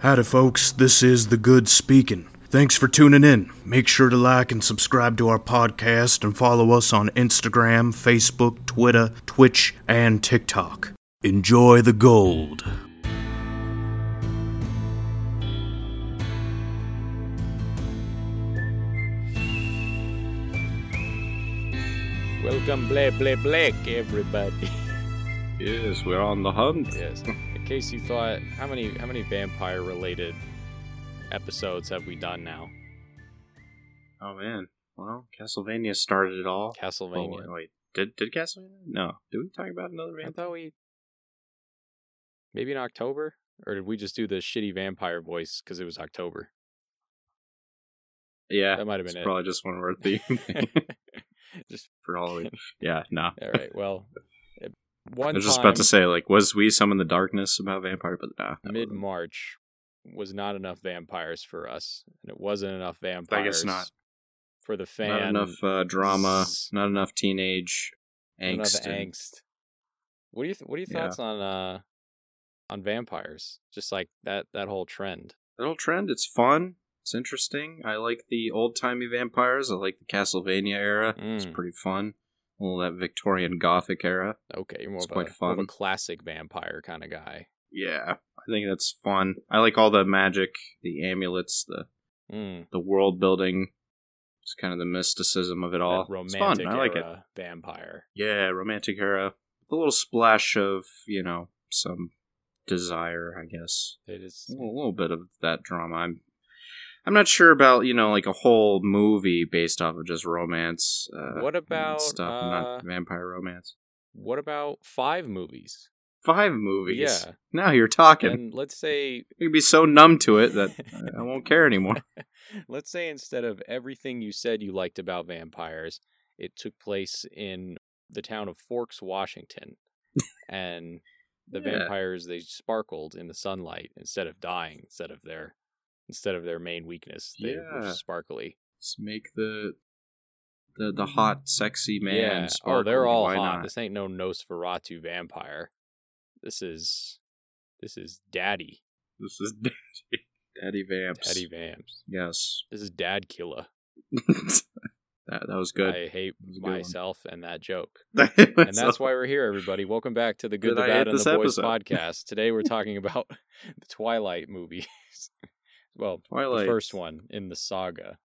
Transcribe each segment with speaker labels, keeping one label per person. Speaker 1: Howdy, folks. This is The Good Speaking. Thanks for tuning in. Make sure to like and subscribe to our podcast and follow us on Instagram, Facebook, Twitter, Twitch, and TikTok. Enjoy the gold.
Speaker 2: Welcome, Black, Black, Black, everybody.
Speaker 3: Yes, we're on the hunt.
Speaker 2: yes. In case you thought, how many how many vampire related episodes have we done now?
Speaker 3: Oh man. Well, Castlevania started it all. Oh,
Speaker 2: Castlevania.
Speaker 3: wait, wait. did did Castlevania? No. Did we talk about another
Speaker 2: I
Speaker 3: vampire?
Speaker 2: thought we maybe in October, or did we just do the shitty vampire voice because it was October?
Speaker 3: Yeah,
Speaker 2: That might have
Speaker 3: it's
Speaker 2: been
Speaker 3: probably just one of our theme
Speaker 2: it. just
Speaker 3: for Halloween. Yeah, no.
Speaker 2: all right. Well, it- one
Speaker 3: I was just about to
Speaker 2: time,
Speaker 3: say, like, was we some in the darkness about vampire? But nah. that
Speaker 2: mid
Speaker 3: wasn't.
Speaker 2: March was not enough vampires for us, and it wasn't enough vampires.
Speaker 3: I guess not.
Speaker 2: for the fan.
Speaker 3: Not enough uh, drama.
Speaker 2: s-
Speaker 3: Not enough teenage angst.
Speaker 2: enough
Speaker 3: and-
Speaker 2: angst. What do you th- what are your
Speaker 3: Yeah.
Speaker 2: thoughts on uh on vampires? Just like that that whole trend.
Speaker 3: That old trend. It's fun. It's interesting. I like the old timey vampires. I like the Castlevania era. It's
Speaker 2: Mm.
Speaker 3: pretty fun. All that Victorian Gothic era.
Speaker 2: Okay, you're more,
Speaker 3: It's
Speaker 2: of,
Speaker 3: quite
Speaker 2: a, more of a
Speaker 3: fun.
Speaker 2: classic vampire kind of guy.
Speaker 3: Yeah, I think that's fun. I like all the magic, the amulets, the
Speaker 2: Mm,
Speaker 3: the world building. It's kind of the mysticism of it all.
Speaker 2: that romantic
Speaker 3: it's fun. I like it.
Speaker 2: era vampire.
Speaker 3: Yeah, romantic era. With a little splash of you know some desire, I guess.
Speaker 2: It is
Speaker 3: A little, little bit of that drama. I'm I'm not sure about you know like a whole movie based off of just romance. Uh,
Speaker 2: What
Speaker 3: and
Speaker 2: about,
Speaker 3: stuff?
Speaker 2: uh,
Speaker 3: not vampire romance.
Speaker 2: What about five movies?
Speaker 3: Five movies.
Speaker 2: Yeah.
Speaker 3: Now you're talking.
Speaker 2: And let's say
Speaker 3: I can be so numb to it that I- I won't care anymore.
Speaker 2: let's say instead of everything you said you liked about vampires, it took place in the town of Forks, Washington, and the
Speaker 3: Yeah.
Speaker 2: vampires they sparkled in the sunlight instead of dying, instead of their instead of their main weakness, they
Speaker 3: Yeah.
Speaker 2: were sparkly.
Speaker 3: Just make the the the hot, sexy man.
Speaker 2: yeah.
Speaker 3: sparkle.
Speaker 2: Oh, they're all
Speaker 3: Why
Speaker 2: hot.
Speaker 3: not?
Speaker 2: This ain't no Nosferatu vampire. This is this is Daddy,
Speaker 3: This is Daddy, Daddy Vamps.
Speaker 2: Daddy Vamps.
Speaker 3: Yes,
Speaker 2: This is Dad Killer.
Speaker 3: that that was good.
Speaker 2: I hate
Speaker 3: That was a good one.
Speaker 2: myself and that joke.
Speaker 3: and
Speaker 2: and that's why we're here, everybody. Welcome back to the Good,
Speaker 3: Did
Speaker 2: the
Speaker 3: I
Speaker 2: Bad,
Speaker 3: hate
Speaker 2: and the
Speaker 3: this
Speaker 2: Boys
Speaker 3: episode?
Speaker 2: podcast. Today we're talking about the Twilight movies. well, the
Speaker 3: Twilight.
Speaker 2: first one in the saga,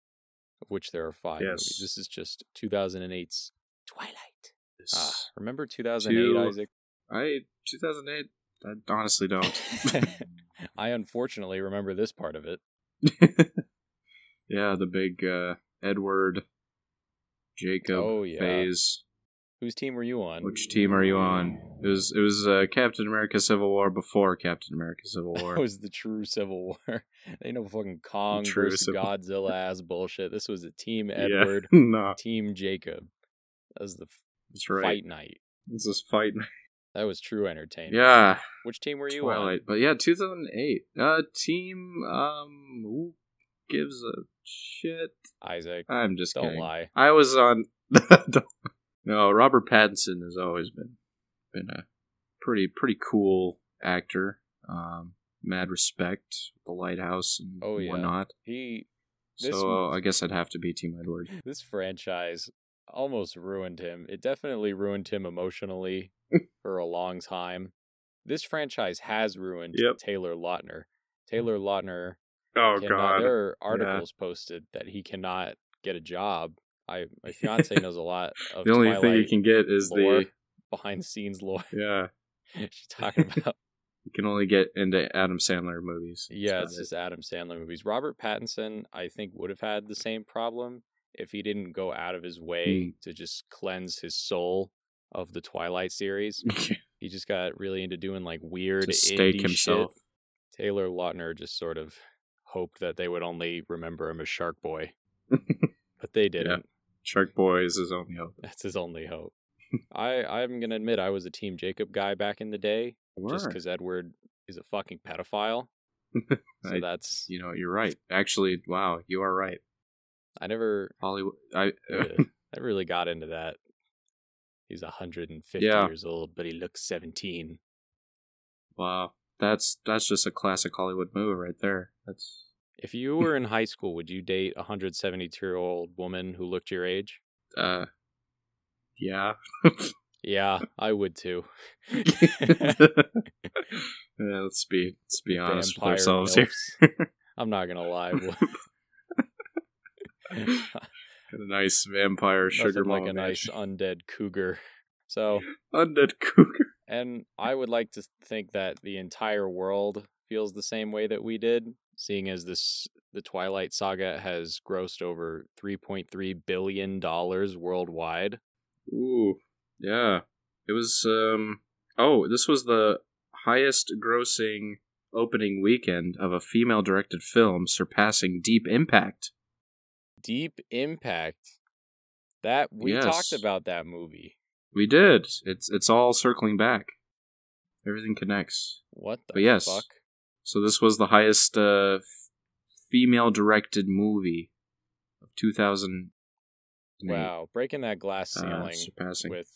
Speaker 2: of which there are five movies.
Speaker 3: Yes.
Speaker 2: This is just 2008's Twilight. Ah,
Speaker 3: Yes.
Speaker 2: remember 2008,
Speaker 3: Two-
Speaker 2: Isaac?
Speaker 3: I 2008. I honestly don't.
Speaker 2: I unfortunately remember this part of it.
Speaker 3: yeah, the big uh, Edward Jacob
Speaker 2: Oh, yeah.
Speaker 3: phase.
Speaker 2: Whose team were you on?
Speaker 3: Which team are you on? It was it was uh, Captain America Civil War before Captain America Civil War.
Speaker 2: That was the true Civil War. they know fucking Kong
Speaker 3: true
Speaker 2: versus
Speaker 3: Civil-
Speaker 2: Godzilla ass bullshit. This was a Team
Speaker 3: Yeah.
Speaker 2: Edward,
Speaker 3: nah,
Speaker 2: Team Jacob. That was the
Speaker 3: that's right.
Speaker 2: fight night.
Speaker 3: It's this fight.
Speaker 2: That was true entertainment.
Speaker 3: Yeah,
Speaker 2: Which team were you
Speaker 3: Twilight. But yeah, 2008. Uh, team. Um, who gives a shit?
Speaker 2: on? Isaac.
Speaker 3: I'm just
Speaker 2: Don't
Speaker 3: kidding.
Speaker 2: lie.
Speaker 3: I was on. no, Robert Pattinson has always been been a pretty pretty cool actor. Um, mad respect, The Lighthouse, and
Speaker 2: Oh, yeah.
Speaker 3: whatnot.
Speaker 2: He This
Speaker 3: so I guess I'd have to be Team Edward.
Speaker 2: this franchise almost ruined him. It definitely ruined him emotionally for a long time. This franchise has ruined
Speaker 3: Yep. Mm.
Speaker 2: Taylor Lautner. Taylor Lautner
Speaker 3: Oh
Speaker 2: cannot, there are articles posted that he cannot get a job. I my fiance knows a lot of
Speaker 3: The only
Speaker 2: Twilight
Speaker 3: thing you can get is
Speaker 2: lore,
Speaker 3: the
Speaker 2: behind the scenes lore.
Speaker 3: yeah.
Speaker 2: She's talking about
Speaker 3: You can only get into Adam Sandler movies. That's
Speaker 2: Yeah,
Speaker 3: about
Speaker 2: it's
Speaker 3: it.
Speaker 2: just Adam Sandler movies. Robert Pattinson, I think, would have had the same problem if he didn't go out of his
Speaker 3: Mm.
Speaker 2: way to just cleanse his soul of the Twilight series. He just got really into doing like weird
Speaker 3: to
Speaker 2: indie
Speaker 3: Mm. stake
Speaker 2: shit.
Speaker 3: himself.
Speaker 2: Taylor Lautner just sort of hoped that they would only remember him as Shark Boy, but they didn't.
Speaker 3: Shark Boy is his only hope.
Speaker 2: That's his only hope. I I'm gonna admit I was a Team Jacob guy back in the day, just because Edward is a fucking pedophile. So
Speaker 3: I-
Speaker 2: that's
Speaker 3: you know, you're right. Actually, wow, you are right.
Speaker 2: I never
Speaker 3: Hollywood. I
Speaker 2: Yeah, I really got into that. He's 150
Speaker 3: Yeah.
Speaker 2: years old, but he looks 17.
Speaker 3: wow. That's that's just a classic Hollywood move right there. That's
Speaker 2: If you
Speaker 3: Hmm.
Speaker 2: were in high school, would you date a 172 year old woman who looked your age?
Speaker 3: uh, yeah.
Speaker 2: Yeah, I would too.
Speaker 3: Yeah, let's be let's be honest with
Speaker 2: Vampire
Speaker 3: ourselves
Speaker 2: MILFs. I'm not gonna lie.
Speaker 3: here. a nice vampire sugar
Speaker 2: Nothing like
Speaker 3: mama
Speaker 2: a nice undead cougar. So,
Speaker 3: undead cougar.
Speaker 2: and I would like to think that the entire world feels the same way that we did, seeing as this the Twilight Saga has grossed over 3.3 billion dollars worldwide.
Speaker 3: Ooh, yeah. It was um. Oh, this was the highest grossing opening weekend of a female directed film, surpassing Deep Impact.
Speaker 2: Deep Impact. That we
Speaker 3: Yes.
Speaker 2: talked about that movie.
Speaker 3: We did. It's it's all circling back. Everything connects.
Speaker 2: What the
Speaker 3: But Oh, yes.
Speaker 2: fuck?
Speaker 3: So this was the highest uh, female directed movie of 2000.
Speaker 2: Wow, breaking that glass
Speaker 3: Uh,
Speaker 2: ceiling
Speaker 3: surpassing.
Speaker 2: with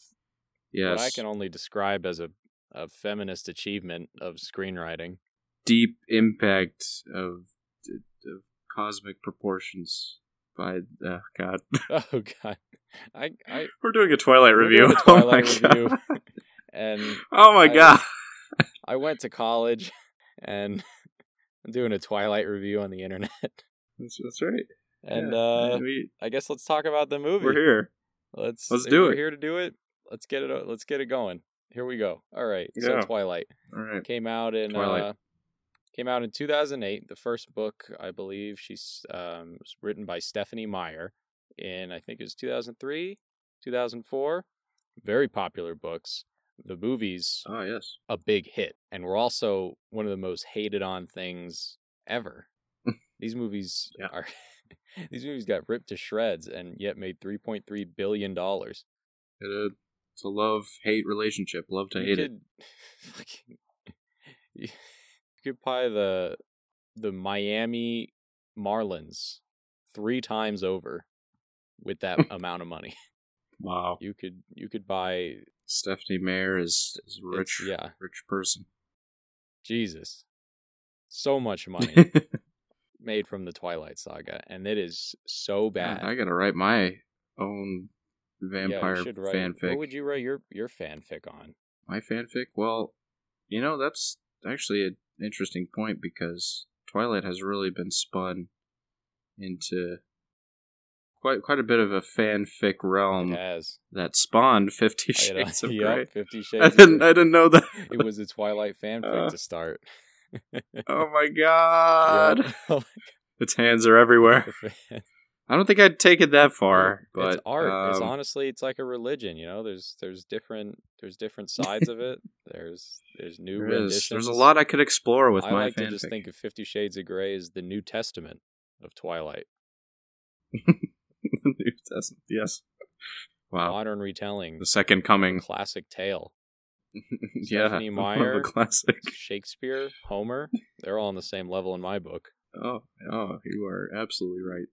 Speaker 3: yes.
Speaker 2: what I can only describe as a, a feminist achievement of screenwriting.
Speaker 3: deep impact of, of cosmic proportions by uh, God.
Speaker 2: Oh god, I I
Speaker 3: We're doing a Twilight
Speaker 2: We're
Speaker 3: review.
Speaker 2: doing a
Speaker 3: oh my
Speaker 2: Twilight
Speaker 3: god.
Speaker 2: review. and
Speaker 3: Oh my
Speaker 2: I-
Speaker 3: god.
Speaker 2: I went to college and I'm doing a Twilight review on the internet.
Speaker 3: That's, that's right.
Speaker 2: And
Speaker 3: Yeah.
Speaker 2: uh,
Speaker 3: we,
Speaker 2: I guess let's talk about the movie.
Speaker 3: we're here.
Speaker 2: Let's
Speaker 3: Let's
Speaker 2: if
Speaker 3: do
Speaker 2: we're
Speaker 3: it.
Speaker 2: Here to do it. Let's get it. o- Let's get it going. Here we go. All right.
Speaker 3: Yeah.
Speaker 2: So Twilight
Speaker 3: All right.
Speaker 2: came out in
Speaker 3: Twilight.
Speaker 2: uh, came out in 2008. The first book, I believe, she's um, was written by Stephanie Meyer in I think it was 2003, 2004. Very popular books. The movies
Speaker 3: Oh yes.
Speaker 2: a big hit and were also one of the most hated on things ever. these movies
Speaker 3: Yeah.
Speaker 2: are these movies got ripped to shreds and yet made 3.3 billion dollars.
Speaker 3: It, uh, it's a love hate relationship. Love to
Speaker 2: You
Speaker 3: hate it.
Speaker 2: could fucking you could buy the the Miami Marlins 3 times over with that amount of money.
Speaker 3: Wow.
Speaker 2: You could you could buy
Speaker 3: Stephanie Mayer is, is a rich.
Speaker 2: It's- yeah.
Speaker 3: Rich person.
Speaker 2: Jesus so much money made from the Twilight Saga, and it is so bad.
Speaker 3: I gotta write my own
Speaker 2: Yeah, you
Speaker 3: vampire
Speaker 2: should write-
Speaker 3: fanfic.
Speaker 2: What would you write your your fanfic on?
Speaker 3: My fanfic? Well, you know, that's actually an interesting point because Twilight has really been spun into quite quite a bit of a fanfic realm
Speaker 2: it has.
Speaker 3: that spawned Fifty
Speaker 2: I had a-
Speaker 3: Shades of
Speaker 2: yep,
Speaker 3: Grey.
Speaker 2: Fifty
Speaker 3: I
Speaker 2: Shades. of
Speaker 3: didn't I
Speaker 2: Grey.
Speaker 3: didn't know that.
Speaker 2: It was a Twilight fanfic
Speaker 3: Uh,
Speaker 2: to start.
Speaker 3: Oh my god.
Speaker 2: Yep.
Speaker 3: Its hands are everywhere.
Speaker 2: The fan-
Speaker 3: I don't think I'd take it that far, but
Speaker 2: it's art. it's
Speaker 3: um,
Speaker 2: honestly, it's like a religion. You know, there's there's different there's different sides of it. There's there's new
Speaker 3: there is.
Speaker 2: renditions.
Speaker 3: There's a lot I could explore with
Speaker 2: I
Speaker 3: my
Speaker 2: like
Speaker 3: fanfic.
Speaker 2: to just think of Fifty Shades of Grey as the New Testament of Twilight,
Speaker 3: New Testament. Yes. Wow.
Speaker 2: modern retelling,
Speaker 3: The second coming.
Speaker 2: classic tale.
Speaker 3: yeah.
Speaker 2: Stephanie
Speaker 3: one of the
Speaker 2: Meyer.
Speaker 3: classic.
Speaker 2: Shakespeare, Homer, they're all on the same level in my book.
Speaker 3: Oh, oh, you are absolutely right.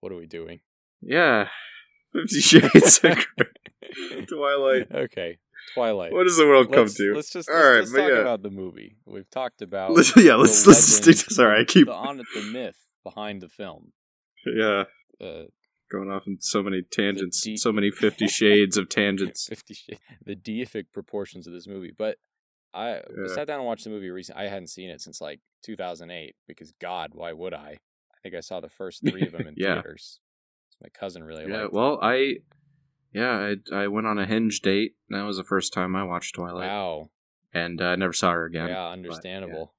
Speaker 2: What are we doing?
Speaker 3: Yeah. Fifty Shades of Grey. Twilight.
Speaker 2: Okay, Twilight.
Speaker 3: What does the world come
Speaker 2: let's,
Speaker 3: to?
Speaker 2: let's just
Speaker 3: All
Speaker 2: let's,
Speaker 3: right,
Speaker 2: let's
Speaker 3: but
Speaker 2: talk
Speaker 3: yeah.
Speaker 2: about the movie. We've talked about
Speaker 3: Let's- yeah, let's
Speaker 2: the
Speaker 3: let's stick
Speaker 2: legend,
Speaker 3: to. Sorry, I keep.
Speaker 2: the on the myth behind the film.
Speaker 3: Yeah,
Speaker 2: Uh,
Speaker 3: going off in so many tangents,
Speaker 2: deep-
Speaker 3: so many Fifty Shades of tangents.
Speaker 2: Fifty Shades- the deific proportions of this movie. But I I
Speaker 3: Yeah.
Speaker 2: sat down and watched the movie recently. I hadn't seen it since like 2008 because God, why would I? I think I saw the first three of them in
Speaker 3: Yeah.
Speaker 2: theaters. My cousin really
Speaker 3: Yeah.
Speaker 2: liked. it.
Speaker 3: Well, I. Yeah, I I went on a hinge date. And that was the first time I watched Twilight,
Speaker 2: Wow.
Speaker 3: and uh, I never saw her again.
Speaker 2: yeah, understandable.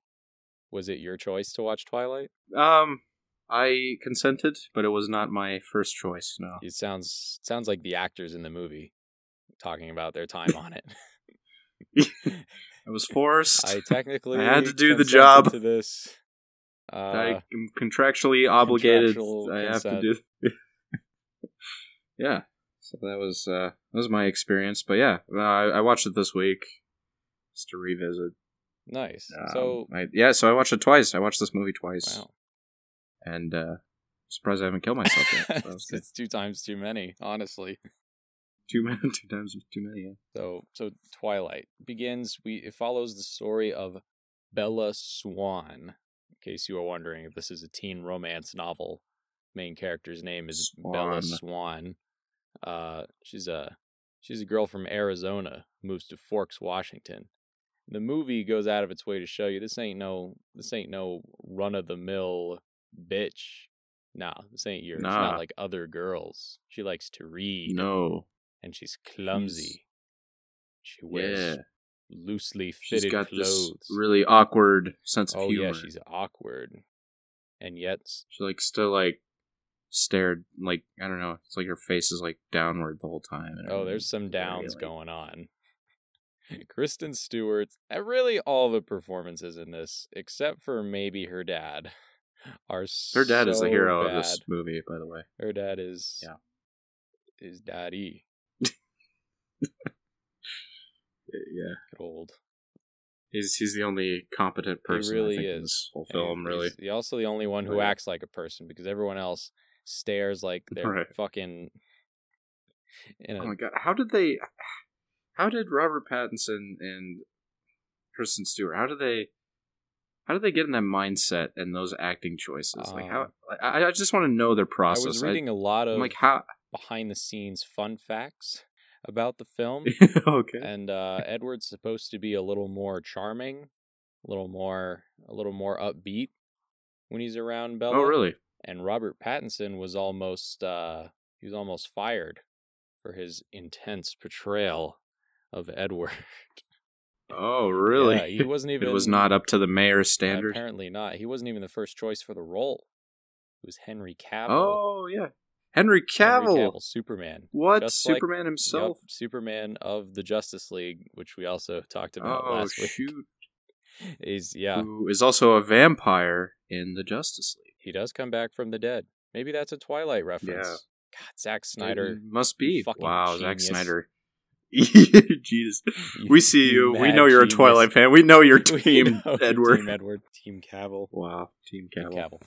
Speaker 2: Was it your choice to watch Twilight?
Speaker 3: Um, I consented, but it was not my first choice. No.
Speaker 2: It sounds sounds like the actors in the movie talking about their time on it.
Speaker 3: I was forced.
Speaker 2: I technically
Speaker 3: had to do the
Speaker 2: consented
Speaker 3: job.
Speaker 2: to this. Uh,
Speaker 3: I am contractually obligated.
Speaker 2: contractual
Speaker 3: I have to
Speaker 2: consent.
Speaker 3: do. yeah. So that was uh, that was my experience, but yeah, uh, I, I watched it this week just to revisit.
Speaker 2: nice.
Speaker 3: Um,
Speaker 2: so
Speaker 3: I, yeah, so I watched it twice. I watched this movie twice,
Speaker 2: wow,
Speaker 3: and uh, surprised I haven't killed myself yet. So that was good.
Speaker 2: it's two times too many. Honestly,
Speaker 3: Two men, two times too many.
Speaker 2: So so Twilight begins. We it follows the story of Bella Swan. In case you are wondering if this is a teen romance novel, main character's name is Bella Swan. Uh, she's a she's a girl from Arizona, moves to Forks, Washington. The movie goes out of its way to show you this ain't no this ain't no run of the mill bitch. Nah, this ain't yours. She's
Speaker 3: Nah.
Speaker 2: not like other girls. She likes to
Speaker 3: Yeah.
Speaker 2: read
Speaker 3: No.
Speaker 2: and she's clumsy. She wears
Speaker 3: Yeah.
Speaker 2: loosely fitted
Speaker 3: She's got
Speaker 2: clothes.
Speaker 3: this really awkward sense of
Speaker 2: oh
Speaker 3: humor.
Speaker 2: yeah, she's awkward, and yet
Speaker 3: She like still like stared like I don't know. It's like her face is like downward the whole time. and
Speaker 2: oh, there's some
Speaker 3: everything. Very,
Speaker 2: downs
Speaker 3: like-
Speaker 2: going on. Kristen Stewart, and really all the performances in this, except for maybe her dad, are
Speaker 3: Her dad is the
Speaker 2: so
Speaker 3: hero of
Speaker 2: bad.
Speaker 3: this movie, by the way.
Speaker 2: Her dad is
Speaker 3: Yeah.
Speaker 2: is daddy.
Speaker 3: Yeah,
Speaker 2: Good old.
Speaker 3: he's he's the only competent person. I
Speaker 2: really
Speaker 3: think,
Speaker 2: is.
Speaker 3: in this whole
Speaker 2: And
Speaker 3: film,
Speaker 2: he's-
Speaker 3: really.
Speaker 2: He's also the only one who
Speaker 3: Right.
Speaker 2: acts like a person because everyone else stares like they're
Speaker 3: Right.
Speaker 2: fucking. In a,
Speaker 3: Oh my god, how did they? How did Robert Pattinson and Kristen Stewart? How did they? How did they get in that mindset and those acting choices? like how? I, I just want to know their
Speaker 2: Um, I
Speaker 3: process.
Speaker 2: was reading a lot
Speaker 3: am
Speaker 2: of
Speaker 3: like how?
Speaker 2: behind the scenes fun facts about the film,
Speaker 3: okay.
Speaker 2: and uh, Edward's supposed to be a little more charming, a little more, a little more upbeat when he's around Bella.
Speaker 3: Oh really?
Speaker 2: and Robert Pattinson was almost uh, he was almost fired for his intense portrayal of Edward.
Speaker 3: Oh really?
Speaker 2: Yeah, he wasn't even.
Speaker 3: it was not up to the mayor's standard.
Speaker 2: Apparently not. He wasn't even the first choice for the role. It was Henry Cavill.
Speaker 3: Oh yeah,
Speaker 2: Henry
Speaker 3: Henry Cavill.
Speaker 2: Superman.
Speaker 3: What
Speaker 2: Just like-
Speaker 3: Superman himself?
Speaker 2: Yup, Superman of the Justice League, which we also talked about
Speaker 3: oh
Speaker 2: last week.
Speaker 3: shoot!
Speaker 2: He's yeah,
Speaker 3: Who is also a vampire in the Justice League?
Speaker 2: he does come back from the dead. Maybe that's a Twilight reference. God, Zack Snyder.
Speaker 3: It must be.
Speaker 2: fucking
Speaker 3: Wow, Zack
Speaker 2: genius.
Speaker 3: Snyder. Jesus. We see you. we
Speaker 2: mad
Speaker 3: know you're
Speaker 2: genius.
Speaker 3: a Twilight fan. We know your
Speaker 2: We
Speaker 3: team,
Speaker 2: know your
Speaker 3: Edward.
Speaker 2: Team Edward. Team Cavill.
Speaker 3: Wow, Team
Speaker 2: Team
Speaker 3: Cavill.
Speaker 2: Cavill.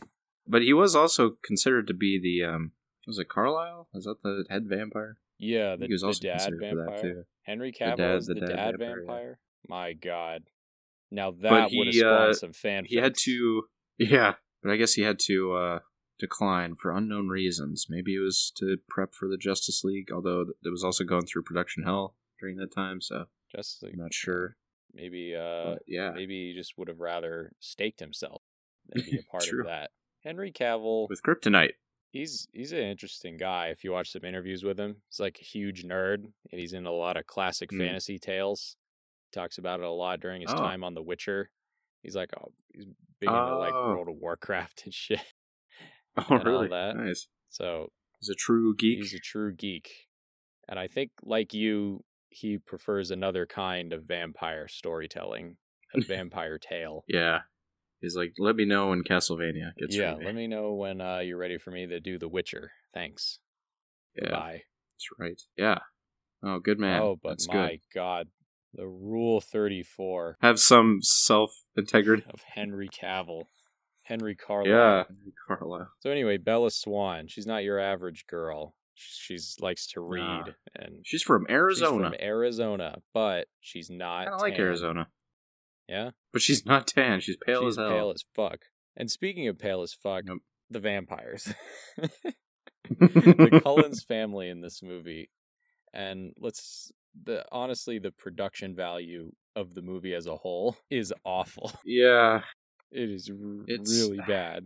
Speaker 3: But he was also considered to be the um was it Carlisle? Is that the head vampire?
Speaker 2: Yeah,
Speaker 3: I
Speaker 2: the,
Speaker 3: think he was
Speaker 2: the
Speaker 3: also
Speaker 2: dad
Speaker 3: considered for that
Speaker 2: vampire.
Speaker 3: too.
Speaker 2: Henry
Speaker 3: dad-
Speaker 2: Cavill is
Speaker 3: the
Speaker 2: the,
Speaker 3: dad
Speaker 2: dad,
Speaker 3: vampire,
Speaker 2: vampire.
Speaker 3: yeah.
Speaker 2: My God. Now that would have
Speaker 3: he,
Speaker 2: spawned
Speaker 3: uh,
Speaker 2: some fan.
Speaker 3: He had
Speaker 2: fics.
Speaker 3: to Yeah. But I guess he had to uh decline for unknown reasons. Maybe it was to prep for the Justice League, although it was also going through production hell during that time, so
Speaker 2: just like,
Speaker 3: I'm not sure.
Speaker 2: maybe uh
Speaker 3: But yeah.
Speaker 2: maybe he just would have rather staked himself than be a part
Speaker 3: True.
Speaker 2: of that. Henry Cavill,
Speaker 3: With kryptonite.
Speaker 2: he's he's an interesting guy. If you watch some interviews with him, he's like a huge nerd, and he's in a lot of classic
Speaker 3: Mm.
Speaker 2: fantasy tales. talks about it a lot during his
Speaker 3: Oh.
Speaker 2: time on The Witcher. He's like, oh, he's big into like
Speaker 3: Oh.
Speaker 2: World of Warcraft and shit.
Speaker 3: Oh
Speaker 2: all
Speaker 3: really?
Speaker 2: that.
Speaker 3: Nice.
Speaker 2: So
Speaker 3: He's a true geek.
Speaker 2: he's a true geek, and I think like you, he prefers another kind of vampire storytelling, a vampire tale.
Speaker 3: Yeah. He's like, let me know when Castlevania gets
Speaker 2: yeah,
Speaker 3: remade."
Speaker 2: let me know when uh, you're ready for me to do The Witcher. Thanks.
Speaker 3: Yeah,
Speaker 2: Bye.
Speaker 3: that's right. Yeah. Oh, good man.
Speaker 2: oh, but
Speaker 3: that's
Speaker 2: my
Speaker 3: good.
Speaker 2: God, the Rule 34
Speaker 3: Have some self integrity.
Speaker 2: of Henry Cavill, Henry Carlisle.
Speaker 3: Yeah. Carla.
Speaker 2: So anyway, Bella Swan, she's not your average girl. She's likes to read
Speaker 3: Nah.
Speaker 2: and
Speaker 3: She's from
Speaker 2: she's from
Speaker 3: Arizona.
Speaker 2: Arizona, but she's not.
Speaker 3: I like
Speaker 2: tan.
Speaker 3: Arizona.
Speaker 2: Yeah,
Speaker 3: But she's not tan. She's pale
Speaker 2: she's
Speaker 3: as hell.
Speaker 2: pale as fuck. And speaking of pale as fuck,
Speaker 3: Nope.
Speaker 2: the vampires. the Cullens family in this movie, and let's the honestly the production value of the movie as a whole is awful.
Speaker 3: yeah.
Speaker 2: It is r-
Speaker 3: It's-
Speaker 2: really bad.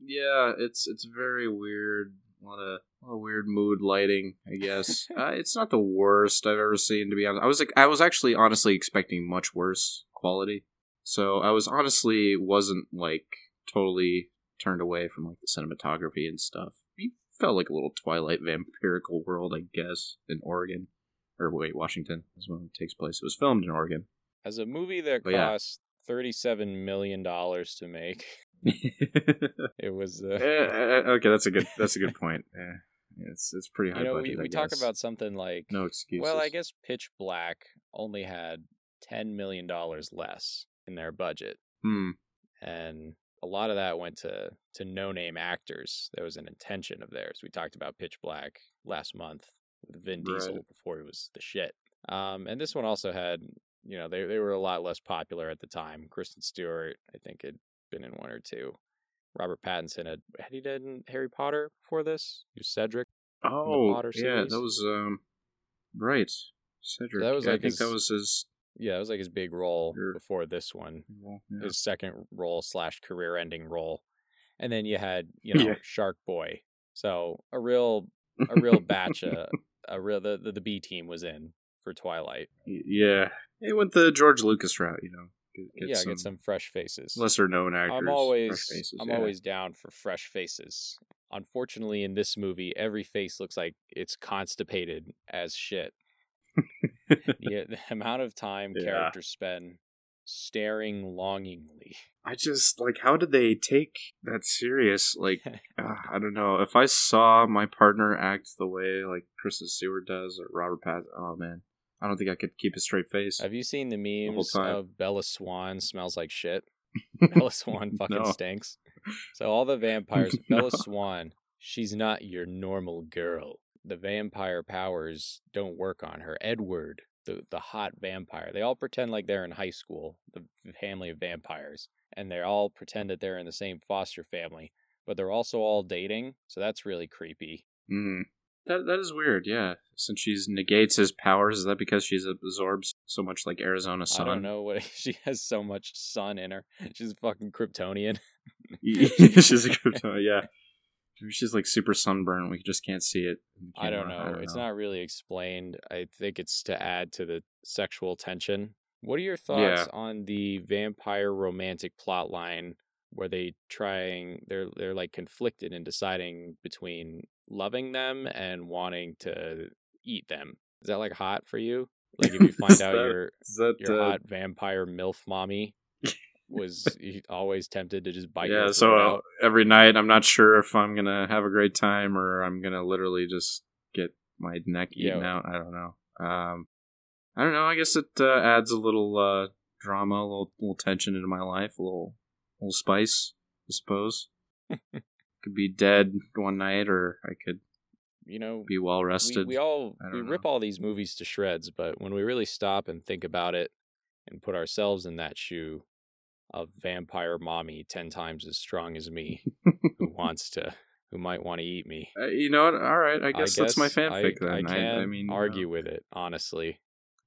Speaker 3: Yeah, it's it's very weird. A lot of, a lot of weird mood lighting, I guess. uh, it's not the worst I've ever seen, to be honest. I was like, I was actually honestly expecting much worse quality, so I was honestly wasn't like totally turned away from like the cinematography and stuff. It felt like a little Twilight vampirical world, I guess, in Oregon, or wait, Washington is when it takes place. It was filmed in Oregon.
Speaker 2: As a movie that
Speaker 3: But Oh, yeah.
Speaker 2: cost thirty-seven million dollars to make, it was.
Speaker 3: Eh,
Speaker 2: Uh,
Speaker 3: eh, okay, that's a good that's a good point. Yeah. It's it's pretty high
Speaker 2: you know,
Speaker 3: budget.
Speaker 2: we,
Speaker 3: I
Speaker 2: we talk
Speaker 3: guess.
Speaker 2: about something like
Speaker 3: No excuses.
Speaker 2: Well, I guess Pitch Black only had ten million dollars less in their budget,
Speaker 3: Hmm.
Speaker 2: and a lot of that went to to no name actors. There was an intention of theirs. We talked about Pitch Black last month with Vin
Speaker 3: Right.
Speaker 2: Diesel before he was the shit. Um, and this one also had, you know, they they were a lot less popular at the time. Kristen Stewart, I think, had been in one or two. Robert Pattinson had had he done Harry Potter before this? He was Cedric.
Speaker 3: Oh,
Speaker 2: Potter
Speaker 3: yeah,
Speaker 2: series.
Speaker 3: that was um, right. Cedric.
Speaker 2: That was
Speaker 3: Yeah, I
Speaker 2: like
Speaker 3: think
Speaker 2: his-
Speaker 3: that was his.
Speaker 2: Yeah, it was like his big role
Speaker 3: Sure.
Speaker 2: before this one.
Speaker 3: Well, yeah.
Speaker 2: his second role slash career ending role. And then you had, you know,
Speaker 3: Yeah.
Speaker 2: Shark Boy. So a real a real batch uh a real the, the, the B team was in for Twilight.
Speaker 3: Y- yeah, it went the George Lucas route, you know. Get, get
Speaker 2: yeah,
Speaker 3: some
Speaker 2: get some fresh faces.
Speaker 3: lesser known actors.
Speaker 2: I'm
Speaker 3: fresh
Speaker 2: always
Speaker 3: faces,
Speaker 2: I'm
Speaker 3: yeah.
Speaker 2: always down for fresh faces. Unfortunately in this movie every face looks like it's constipated as shit. the, the amount of time
Speaker 3: Yeah.
Speaker 2: characters spend staring longingly.
Speaker 3: I just like how did they take that serious? Like uh, I don't know. If I saw my partner act the way like Kristen Stewart does or Robert Pat, oh man, I don't think I could keep a straight face.
Speaker 2: Have you seen the
Speaker 3: whole
Speaker 2: memes
Speaker 3: time.
Speaker 2: of Bella Swan smells like shit? Bella Swan fucking
Speaker 3: No.
Speaker 2: stinks. So all the vampires,
Speaker 3: No.
Speaker 2: Bella Swan, she's not your normal girl. The vampire powers don't work on her. Edward, the the hot vampire, they all pretend like they're in high school, the the family of vampires, and they all pretend that they're in the same foster family, but they're also all dating. So that's really creepy.
Speaker 3: Mm. That that is weird. Yeah, since she negates his powers, is that because she's absorbs so much like Arizona sun?
Speaker 2: I don't know what she has so much sun in her. She's fucking Kryptonian.
Speaker 3: she's a Kryptonian. Yeah, Maybe she's like super sunburned. We just can't see it. in the
Speaker 2: I don't know.
Speaker 3: camera.
Speaker 2: it's not really explained. I think it's to add to the sexual tension. What are your
Speaker 3: Yeah.
Speaker 2: thoughts on the vampire romantic plot line where they trying they're they're like conflicted in deciding between loving them and wanting to eat them? Is that like hot for you? Like if you find
Speaker 3: Is
Speaker 2: out
Speaker 3: that-
Speaker 2: your
Speaker 3: Is that
Speaker 2: your
Speaker 3: uh,
Speaker 2: hot vampire milf mommy was always tempted to just bite
Speaker 3: yeah,
Speaker 2: your
Speaker 3: so
Speaker 2: throat
Speaker 3: uh,
Speaker 2: out.
Speaker 3: every night I'm not sure if I'm gonna have a great time or I'm gonna literally just get my neck eaten
Speaker 2: Yeah.
Speaker 3: out. I don't know. Um, I don't know. I guess it uh, adds a little uh, drama, a little, little tension into my life, a little, little spice, I suppose. could be dead one night, or I could
Speaker 2: you know
Speaker 3: be well
Speaker 2: we,
Speaker 3: rested.
Speaker 2: we all
Speaker 3: I
Speaker 2: we
Speaker 3: don't
Speaker 2: rip
Speaker 3: know.
Speaker 2: all these movies to shreds, but when we really stop and think about it and put ourselves in that shoe of vampire mommy ten times as strong as me who wants to who might want to eat me.
Speaker 3: Uh, you know what? All right. I guess, that's my fanfic
Speaker 2: I,
Speaker 3: then.
Speaker 2: I can't
Speaker 3: mean, uh,
Speaker 2: argue with it, honestly.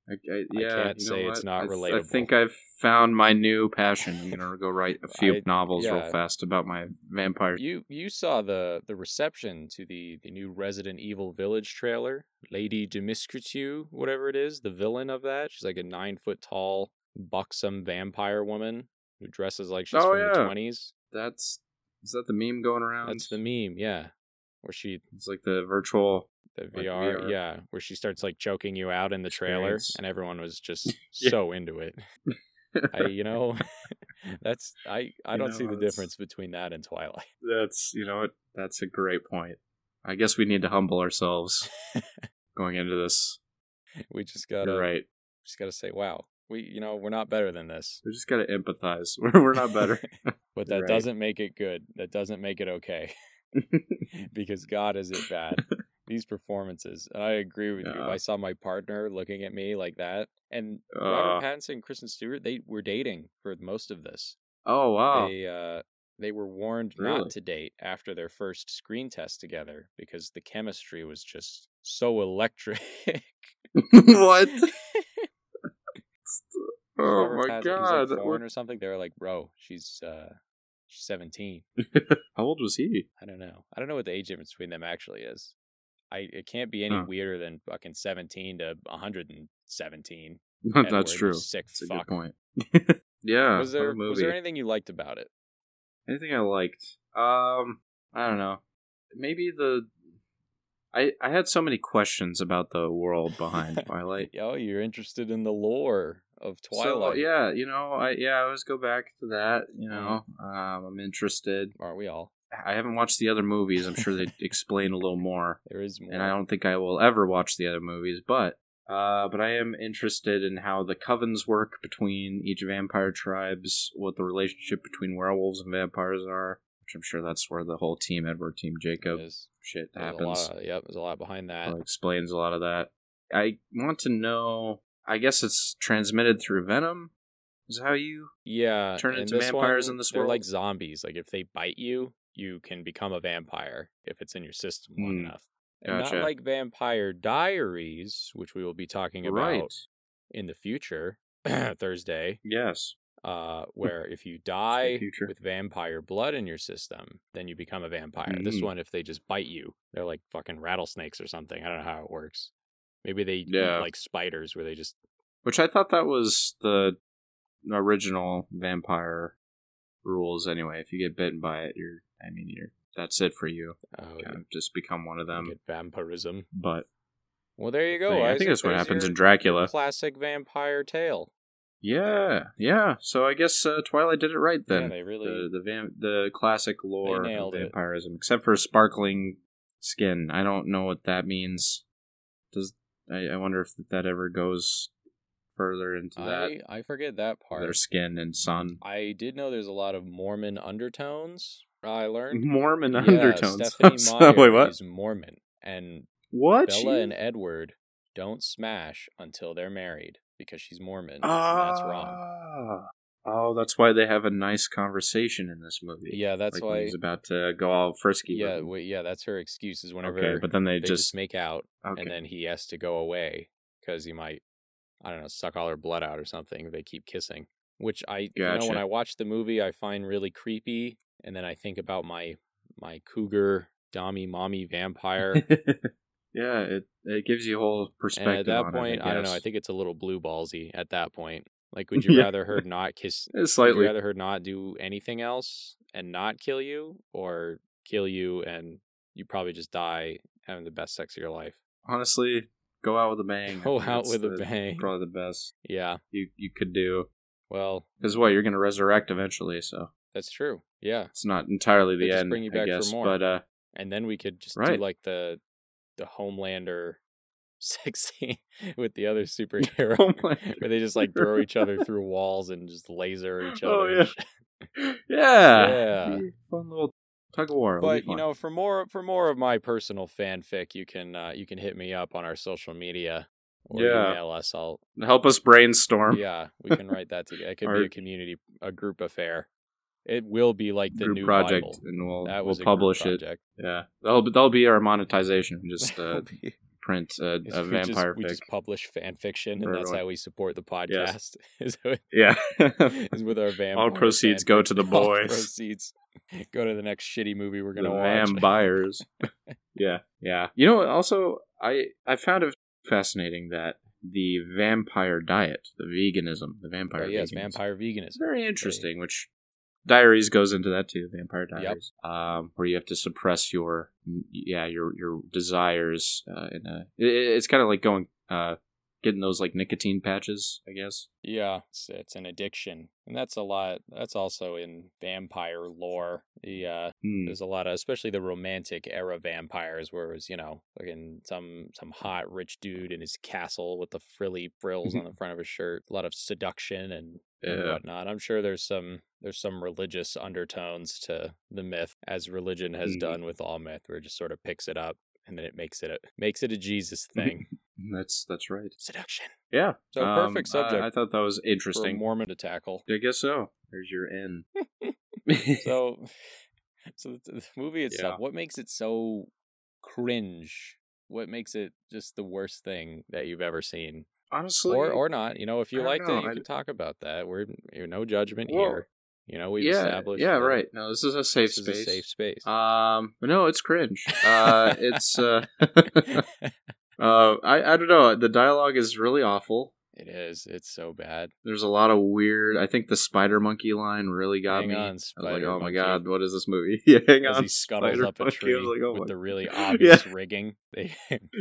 Speaker 3: I, I, yeah,
Speaker 2: can't
Speaker 3: you know
Speaker 2: say it's
Speaker 3: what?
Speaker 2: not
Speaker 3: I th- I
Speaker 2: relatable.
Speaker 3: think I've found my new passion. I'm gonna go write a few
Speaker 2: I-
Speaker 3: novels
Speaker 2: yeah.
Speaker 3: real fast about my vampire.
Speaker 2: You you saw the the reception to the the new Resident Evil Village trailer. Lady Demiscritu, whatever it is, the villain of that. She's like a nine foot tall, buxom vampire woman who dresses like she's
Speaker 3: Oh,
Speaker 2: from the
Speaker 3: yeah.
Speaker 2: twenties.
Speaker 3: That's is that the meme going around?
Speaker 2: That's the meme, yeah. Where she
Speaker 3: It's like the virtual.
Speaker 2: the
Speaker 3: Like
Speaker 2: VR,
Speaker 3: VR.
Speaker 2: yeah, where she starts like choking you out in the trailer,
Speaker 3: Experience.
Speaker 2: and everyone was just
Speaker 3: Yeah.
Speaker 2: so into it. I, you know, that's I I
Speaker 3: You
Speaker 2: don't
Speaker 3: know,
Speaker 2: see the
Speaker 3: that's-
Speaker 2: difference between that and Twilight.
Speaker 3: That's you know what? That's a great point. I guess we need to humble ourselves going into this.
Speaker 2: We just gotta
Speaker 3: You're right.
Speaker 2: just gotta say, wow, we you know we're not better than this.
Speaker 3: We just gotta empathize. We're, we're not better.
Speaker 2: but that
Speaker 3: Right.
Speaker 2: doesn't make it good. That doesn't make it okay. because God is it bad. These performances. And I agree with you.
Speaker 3: Yeah.
Speaker 2: I saw my partner looking at me like that. And
Speaker 3: Uh,
Speaker 2: Robert Pattinson and Kristen Stewart, they were dating for most of this.
Speaker 3: oh wow!
Speaker 2: They uh they were warned
Speaker 3: Really?
Speaker 2: not to date after their first screen test together because the chemistry was just so electric.
Speaker 3: what? oh
Speaker 2: Robert Pattinson- he's,
Speaker 3: my
Speaker 2: like,
Speaker 3: god! What-
Speaker 2: foreign or something. They were like, bro, she's uh she's seventeen.
Speaker 3: How old was he?
Speaker 2: I don't know. I don't know what the age difference between them actually is. I it can't be any
Speaker 3: Huh.
Speaker 2: weirder than fucking seventeen to one hundred and seventeen. Edward,
Speaker 3: That's
Speaker 2: you
Speaker 3: true.
Speaker 2: Sick
Speaker 3: That's a
Speaker 2: fuck.
Speaker 3: good point. yeah.
Speaker 2: was
Speaker 3: what a
Speaker 2: there
Speaker 3: movie.
Speaker 2: was there anything you liked about it?
Speaker 3: anything I liked? Um, I don't know. Maybe the I I had so many questions about the world behind Twilight.
Speaker 2: Oh, you're interested in the lore of
Speaker 3: So,
Speaker 2: Twilight.
Speaker 3: yeah, you know, I yeah, I always go back to that. You know, um, I'm interested.
Speaker 2: Aren't we all?
Speaker 3: I haven't watched the other movies. I'm sure they explain a little more,
Speaker 2: There is more.
Speaker 3: and I don't think I will ever watch the other movies, but. Uh, but I am interested in how the covens work between each vampire tribes, what the relationship between werewolves and vampires are, which I'm sure that's where the whole team Edward, team Jacob
Speaker 2: There's-
Speaker 3: shit
Speaker 2: there's a
Speaker 3: happens.
Speaker 2: lot- yep, there's a lot behind that.
Speaker 3: Probably explains a lot of that. I want to know. I guess it's transmitted through venom. Is how you
Speaker 2: yeah,
Speaker 3: turn
Speaker 2: and
Speaker 3: into vampires in this
Speaker 2: they're
Speaker 3: world?
Speaker 2: like zombies. Like if they bite you, you can become a vampire if it's in your system long
Speaker 3: Hmm,
Speaker 2: enough. And
Speaker 3: gotcha.
Speaker 2: Not like Vampire Diaries, which we will be talking about
Speaker 3: right?
Speaker 2: in the future Thursday.
Speaker 3: Yes.
Speaker 2: uh,
Speaker 3: Hmm,
Speaker 2: where if you die
Speaker 3: future.
Speaker 2: with vampire blood in your system, then you become a vampire. This
Speaker 3: Mm.
Speaker 2: one, if they just bite you, they're like fucking rattlesnakes or something. I don't know how it works. Maybe they eat
Speaker 3: Yeah.
Speaker 2: like spiders, where they just
Speaker 3: Which I thought that was the original vampire rules. Anyway, if you get bitten by it, you're. I mean, you're. That's it for you.
Speaker 2: uh,
Speaker 3: Kind of just become one of
Speaker 2: you
Speaker 3: them.
Speaker 2: get vampirism.
Speaker 3: But
Speaker 2: Well, there you go.
Speaker 3: um thing- I
Speaker 2: Isaac.
Speaker 3: think that's what
Speaker 2: There's
Speaker 3: happens
Speaker 2: your
Speaker 3: in Dracula.
Speaker 2: classic vampire tale.
Speaker 3: Yeah, yeah. So I guess uh, Twilight did it right then.
Speaker 2: yeah, they really
Speaker 3: the the vam- the classic lore
Speaker 2: They
Speaker 3: of
Speaker 2: nailed it.
Speaker 3: vampirism, except for sparkling skin. I don't know what that means. Does I, I wonder if that ever goes further into that
Speaker 2: I, I forget that part.
Speaker 3: their skin and sun.
Speaker 2: I did know there's a lot of Mormon undertones. uh, I learned.
Speaker 3: Mormon
Speaker 2: Yeah,
Speaker 3: Mm-hmm. undertones.
Speaker 2: Stephanie
Speaker 3: So,
Speaker 2: Meyer
Speaker 3: wait, what?
Speaker 2: is Mormon, and
Speaker 3: What?
Speaker 2: Bella
Speaker 3: She-
Speaker 2: and Edward don't smash until they're married because she's Mormon. and that's wrong.
Speaker 3: Ah. Oh, that's why they have a nice conversation in this movie.
Speaker 2: Yeah, that's
Speaker 3: like when
Speaker 2: why.
Speaker 3: he's about to go all frisky. with
Speaker 2: Yeah,
Speaker 3: him.
Speaker 2: wait, yeah, that's her excuse. Is whenever
Speaker 3: okay, but then they,
Speaker 2: they just,
Speaker 3: just,
Speaker 2: make out,
Speaker 3: okay.
Speaker 2: and then he has to go away because he might, I don't know, suck all her blood out or something. if They keep kissing, which I, you know, when
Speaker 3: Gotcha.
Speaker 2: I watch the movie, I find really creepy, and then I think about my my cougar, dommy, mommy, vampire.
Speaker 3: yeah, it it gives you a whole
Speaker 2: And
Speaker 3: perspective.
Speaker 2: at that
Speaker 3: on
Speaker 2: point,
Speaker 3: it,
Speaker 2: I, don't know.
Speaker 3: guess.
Speaker 2: I think it's a little blue ballsy at that point. Like, would you
Speaker 3: Yeah.
Speaker 2: rather her not kiss?
Speaker 3: it's
Speaker 2: Would you
Speaker 3: slightly.
Speaker 2: rather her not do anything else and not kill you, or kill you and you probably just die having the best sex of your life?
Speaker 3: honestly, go out with a bang. I
Speaker 2: Go
Speaker 3: think
Speaker 2: out
Speaker 3: that's
Speaker 2: with a
Speaker 3: the-
Speaker 2: bang.
Speaker 3: Probably the best
Speaker 2: Yeah.
Speaker 3: you you could do
Speaker 2: Well,
Speaker 3: because what you're going to resurrect eventually, so
Speaker 2: that's true. Yeah.
Speaker 3: it's not entirely
Speaker 2: They
Speaker 3: the
Speaker 2: just
Speaker 3: end.
Speaker 2: bring you
Speaker 3: I
Speaker 2: back for
Speaker 3: guess,
Speaker 2: more.
Speaker 3: but uh,
Speaker 2: And then we could just
Speaker 3: Right.
Speaker 2: do like the the Homelander sex scene with the other superhero.
Speaker 3: Homelander.
Speaker 2: Where they just like throw each other through walls and just laser each other.
Speaker 3: Oh,
Speaker 2: and
Speaker 3: yeah.
Speaker 2: shit.
Speaker 3: yeah,
Speaker 2: Yeah.
Speaker 3: Be a fun little tug of war. It'll be
Speaker 2: But you
Speaker 3: fun.
Speaker 2: know, for more for more of my personal fanfic, you can uh, you can hit me up on our social media or
Speaker 3: Yeah.
Speaker 2: email us. I'll
Speaker 3: help us brainstorm.
Speaker 2: yeah, we can write that together. It could be
Speaker 3: Our-
Speaker 2: a community, a group affair. It will be like the
Speaker 3: group
Speaker 2: new
Speaker 3: project,
Speaker 2: Bible.
Speaker 3: and we'll
Speaker 2: That
Speaker 3: we'll
Speaker 2: was a group
Speaker 3: publish it.
Speaker 2: project.
Speaker 3: Yeah, that'll be, that'll be our monetization. Just uh,
Speaker 2: We
Speaker 3: print a, a
Speaker 2: just-
Speaker 3: vampire
Speaker 2: we
Speaker 3: pic.
Speaker 2: just publish fan fiction,
Speaker 3: For
Speaker 2: and that's
Speaker 3: everyone.
Speaker 2: how we support the
Speaker 3: Yes.
Speaker 2: podcast. is with-
Speaker 3: Yeah.
Speaker 2: is with our vampire.
Speaker 3: All proceeds
Speaker 2: fanfic.
Speaker 3: go to the
Speaker 2: All
Speaker 3: boys.
Speaker 2: proceeds go to the next shitty movie we're
Speaker 3: The
Speaker 2: gonna watch.
Speaker 3: vampires. yeah. Yeah. You know, also I I found it fascinating that the vampire diet, the veganism, the vampire
Speaker 2: Oh, yes,
Speaker 3: veganism,
Speaker 2: vampire veganism.
Speaker 3: It's very interesting, which diaries goes into that too, vampire
Speaker 2: Yep.
Speaker 3: diaries. Um, where you have to suppress your yeah, your your desires uh, in a it, it's kind of like going uh getting those like nicotine patches, I guess.
Speaker 2: Yeah, it's, it's an addiction, and that's a lot. That's also in vampire lore. The uh,
Speaker 3: Hmm.
Speaker 2: there's a lot of, especially the romantic era vampires, where it was you know, fucking some some hot rich dude in his castle with the frilly frills on the front of his shirt. A lot of seduction and, and
Speaker 3: Yeah.
Speaker 2: whatnot. I'm sure there's some there's some religious undertones to the myth, as religion has
Speaker 3: Mm.
Speaker 2: done with all myth, where it just sort of picks it up and then it makes it a, makes it a Jesus
Speaker 3: Mm-hmm.
Speaker 2: thing.
Speaker 3: That's that's right.
Speaker 2: Seduction.
Speaker 3: Yeah.
Speaker 2: So
Speaker 3: Um,
Speaker 2: perfect
Speaker 3: I-
Speaker 2: subject.
Speaker 3: I, thought that was
Speaker 2: for a
Speaker 3: interesting.
Speaker 2: Mormon to tackle.
Speaker 3: I guess so. There's your N.
Speaker 2: so so the, the movie itself
Speaker 3: Yeah.
Speaker 2: what makes it so cringe what makes it just the worst thing that you've ever seen
Speaker 3: Honestly,
Speaker 2: or or not you know if you
Speaker 3: I don't
Speaker 2: liked it
Speaker 3: know,
Speaker 2: you
Speaker 3: I-
Speaker 2: can talk about that we're you know, no judgment
Speaker 3: Well,
Speaker 2: here you know we've
Speaker 3: yeah,
Speaker 2: established
Speaker 3: yeah,
Speaker 2: that
Speaker 3: right. No, this is a safe
Speaker 2: this
Speaker 3: space.
Speaker 2: is a safe space
Speaker 3: Um, but no, it's cringe. Uh, it's uh, uh, I I don't know. The dialogue is really awful.
Speaker 2: it is it's so bad
Speaker 3: There's a lot of weird. I think the spider monkey line really got
Speaker 2: hang
Speaker 3: me.
Speaker 2: on
Speaker 3: I was
Speaker 2: spider
Speaker 3: like, oh my
Speaker 2: monkey,
Speaker 3: god, what is this movie? yeah, hang
Speaker 2: as
Speaker 3: on.
Speaker 2: he scuttles
Speaker 3: Spider
Speaker 2: up a
Speaker 3: Monkey, I
Speaker 2: tree
Speaker 3: was like, oh my-
Speaker 2: with the really
Speaker 3: Yeah.
Speaker 2: obvious rigging they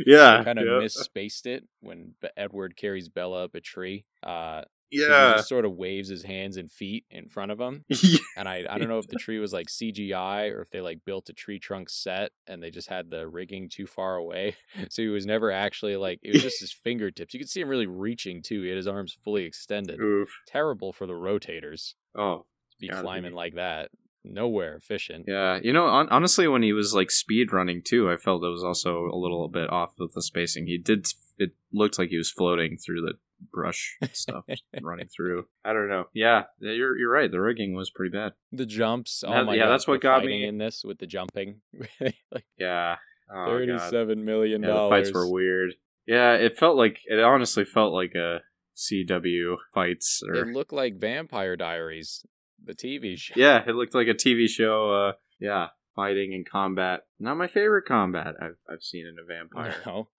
Speaker 3: yeah,
Speaker 2: kind of
Speaker 3: yeah,
Speaker 2: misspaced it when Be- edward carries bella up a tree uh 'cause He
Speaker 3: yeah.
Speaker 2: just sort of waves his hands and feet in front of him. And I, I don't know if the tree was like CGI or if they like built a tree trunk set and they just had the rigging too far away. So he was never actually like, it was just his fingertips. You could see him really reaching too. He had his arms fully extended.
Speaker 3: Oof.
Speaker 2: Terrible for the rotators
Speaker 3: Oh,
Speaker 2: to be
Speaker 3: Gotta
Speaker 2: climbing
Speaker 3: be.
Speaker 2: like that. nowhere efficient.
Speaker 3: Yeah, you know, on, honestly, when he was like speed running too, I felt it was also a little bit off with the spacing. He did; it looked like he was floating through the brush and stuff, running through. I don't know. Yeah, you're you're right. The rigging was pretty bad.
Speaker 2: The jumps. Oh
Speaker 3: That-
Speaker 2: my
Speaker 3: yeah,
Speaker 2: God,
Speaker 3: that's what
Speaker 2: the
Speaker 3: got
Speaker 2: fighting
Speaker 3: me.
Speaker 2: in this with the jumping. like
Speaker 3: Yeah. Oh, God.
Speaker 2: thirty-seven million
Speaker 3: Yeah, the
Speaker 2: dollars.
Speaker 3: fights were weird. Yeah, it felt like it honestly felt like a CW fights or
Speaker 2: It looked like Vampire Diaries, the TV show.
Speaker 3: yeah, it looked like a TV show. Uh, yeah, fighting and combat. Not my favorite combat I've I've seen in a vampire.
Speaker 2: No,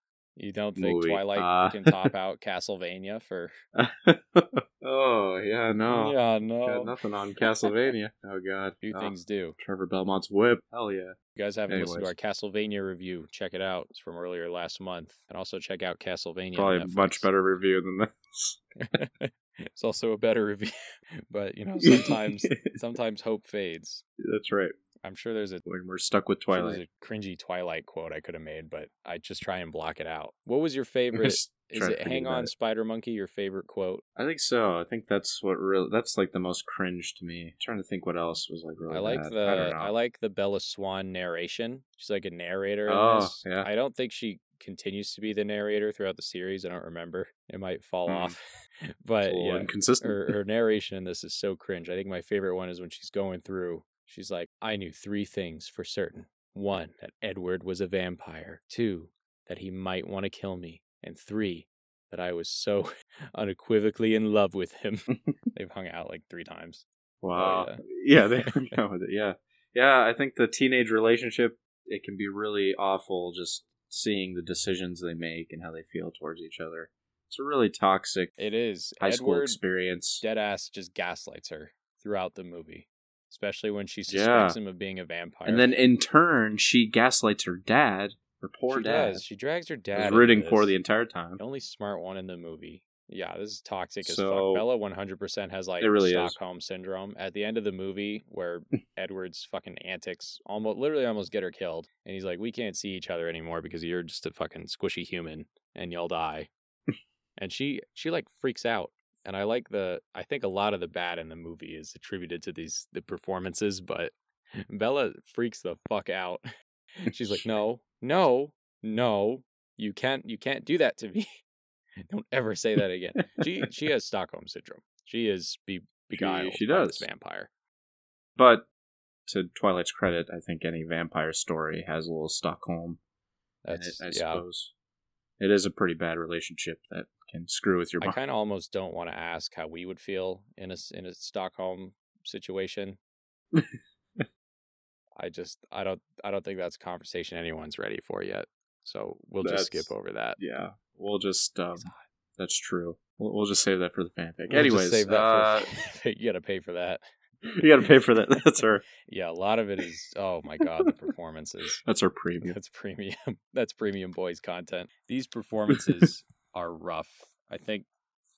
Speaker 2: you don't think
Speaker 3: Movie.
Speaker 2: Twilight
Speaker 3: Uh.
Speaker 2: can top out Castlevania for?
Speaker 3: oh yeah, no,
Speaker 2: Yeah,
Speaker 3: got
Speaker 2: no.
Speaker 3: nothing on Castlevania. Oh god,
Speaker 2: Few
Speaker 3: Oh,
Speaker 2: things do.
Speaker 3: Trevor Belmont's whip. Hell yeah.
Speaker 2: You guys haven't listened to our
Speaker 3: Anyways.
Speaker 2: Castlevania review. Check it out. It's from earlier last month. And also check out Castlevania. on
Speaker 3: Probably a
Speaker 2: Netflix.
Speaker 3: much better review than this.
Speaker 2: It's also a better review, but you know sometimes sometimes hope fades.
Speaker 3: that's right.
Speaker 2: I'm sure there's a
Speaker 3: When we're stuck with
Speaker 2: I'm sure
Speaker 3: Twilight.
Speaker 2: there's a cringy Twilight quote I could have made, but I just try and block it out. What was your favorite? Is
Speaker 3: try to
Speaker 2: it
Speaker 3: forget
Speaker 2: "Hang
Speaker 3: about
Speaker 2: on,
Speaker 3: it.
Speaker 2: Spider Monkey"? Your favorite quote?
Speaker 3: I think so. I think that's what really that's like the most cringe to me. I'm trying to think what else was like really.
Speaker 2: I like
Speaker 3: bad.
Speaker 2: the
Speaker 3: I, don't know.
Speaker 2: I, like the Bella Swan narration. She's like a narrator. In
Speaker 3: Oh,
Speaker 2: this.
Speaker 3: yeah.
Speaker 2: I don't think she continues to be the narrator throughout the series. I don't remember. It might fall
Speaker 3: Hmm.
Speaker 2: off,
Speaker 3: It's
Speaker 2: but
Speaker 3: a little
Speaker 2: yeah, Er,
Speaker 3: inconsistent.
Speaker 2: her, her narration in this is so cringe. I think my favorite one is when she's going through. She's like, I knew three things for certain. One, that Edward was a vampire. Two, that he might want to kill me. And three, that I was so unequivocally in love with him. They've hung out like three times.
Speaker 3: wow.
Speaker 2: oh, yeah.
Speaker 3: yeah. they hung out with it. Yeah. Yeah. I think the teenage relationship it can be really awful. Just seeing the decisions they make and how they feel towards each other. It's a really toxic
Speaker 2: It is.
Speaker 3: high school
Speaker 2: Edward
Speaker 3: experience.
Speaker 2: dead ass just gaslights her throughout the movie, especially when she suspects him of being a vampire.
Speaker 3: And then in turn, she gaslights her dad. Her poor
Speaker 2: she
Speaker 3: dad.
Speaker 2: does. She drags her
Speaker 3: who's
Speaker 2: dad. into
Speaker 3: rooting for
Speaker 2: this.
Speaker 3: the entire time.
Speaker 2: The only smart one in the movie. Yeah, this is toxic as
Speaker 3: So-
Speaker 2: fuck. Bella 100% has like
Speaker 3: It really is.
Speaker 2: Stockholm syndrome. At the end of the movie, where Edward's fucking antics almost literally almost get her killed, and he's like, "We can't see each other anymore because you're just a fucking squishy human, and you'll die." and she she like freaks out. And I like the I think a lot of the bad in the movie is attributed to these the performances, but Bella freaks the fuck out. She's like, "No, no, no, you can't you can't do that to me. Don't ever say that again." She she has Stockholm syndrome. She is be beguiled
Speaker 3: she
Speaker 2: by this
Speaker 3: does.
Speaker 2: vampire.
Speaker 3: But to Twilight's credit, I think any vampire story has a little Stockholm. in it,
Speaker 2: That's
Speaker 3: I
Speaker 2: yeah.
Speaker 3: suppose. It is a pretty bad relationship that can screw with your
Speaker 2: I
Speaker 3: mind.
Speaker 2: kind of almost don't want to ask how we would feel in a s- in a Stockholm situation. I just I don't I don't think that's a conversation anyone's ready for yet. So we'll just skip
Speaker 3: That's-
Speaker 2: over that.
Speaker 3: yeah, we'll just. Um, that's true. We'll, we'll just save that for the fanfic.
Speaker 2: We'll just
Speaker 3: Anyways,
Speaker 2: save that
Speaker 3: uh,
Speaker 2: for, you got to pay for that.
Speaker 3: you got to pay for that. That's our
Speaker 2: Yeah, a lot of it is. Oh my god, the performances.
Speaker 3: that's our premium.
Speaker 2: That's premium. That's premium boys content. These performances are rough. I think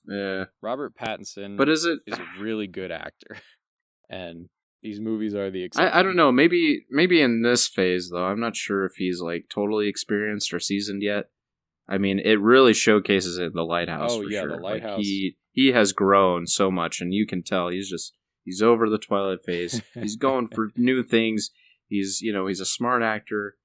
Speaker 3: Yeah,
Speaker 2: Robert Pattinson
Speaker 3: but is it?
Speaker 2: is a really good actor, and these movies are the exception.
Speaker 3: I, I don't know. Maybe maybe in this phase though, I'm not sure if he's like totally experienced or seasoned yet. I mean, it really showcases it in the lighthouse.
Speaker 2: Oh,
Speaker 3: for
Speaker 2: yeah, The
Speaker 3: sure. Like,
Speaker 2: Lighthouse.
Speaker 3: he he has grown so much, and you can tell he's just he's over the Twilight phase. he's going for new things. He's you know he's a smart actor.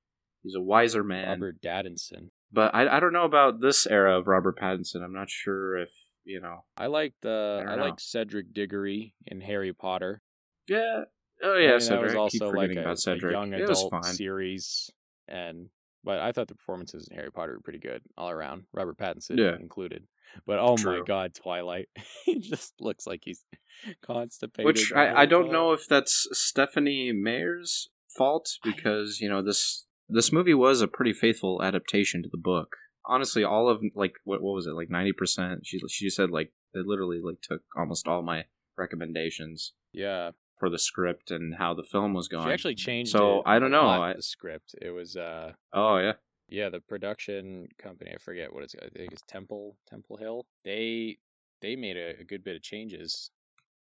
Speaker 3: He's a wiser man.
Speaker 2: Robert Pattinson.
Speaker 3: But I I don't know about this era of Robert Pattinson. I'm not sure if you know.
Speaker 2: I like the
Speaker 3: I
Speaker 2: I,
Speaker 3: don't know.
Speaker 2: like Cedric Diggory in Harry Potter.
Speaker 3: Yeah. Oh
Speaker 2: I
Speaker 3: yeah,
Speaker 2: mean,
Speaker 3: Cedric.
Speaker 2: that was
Speaker 3: I keep
Speaker 2: also like
Speaker 3: forgetting
Speaker 2: a,
Speaker 3: about
Speaker 2: a
Speaker 3: Cedric.
Speaker 2: young
Speaker 3: it was
Speaker 2: adult
Speaker 3: fine.
Speaker 2: series, and but I thought the performances in Harry Potter were pretty good all around, Robert Pattinson
Speaker 3: Yeah.
Speaker 2: included. But oh my
Speaker 3: True.
Speaker 2: god, Twilight! he just looks like he's constipated.
Speaker 3: Which
Speaker 2: the
Speaker 3: I, I
Speaker 2: whole
Speaker 3: don't
Speaker 2: time.
Speaker 3: know if that's Stephanie Mayer's fault because you know this this movie was a pretty faithful adaptation to the book. Honestly, all of like what what was it like ninety percent? She she said like they literally like took almost all my recommendations
Speaker 2: Yeah,
Speaker 3: for the script and how the film was going.
Speaker 2: she actually changed.
Speaker 3: So,
Speaker 2: it
Speaker 3: I don't
Speaker 2: a
Speaker 3: know,
Speaker 2: lot,
Speaker 3: I-
Speaker 2: the script. It was uh,
Speaker 3: oh yeah,
Speaker 2: yeah, the production company. I forget what it's. I think it's Temple Temple Hill. They they made a, a good bit of changes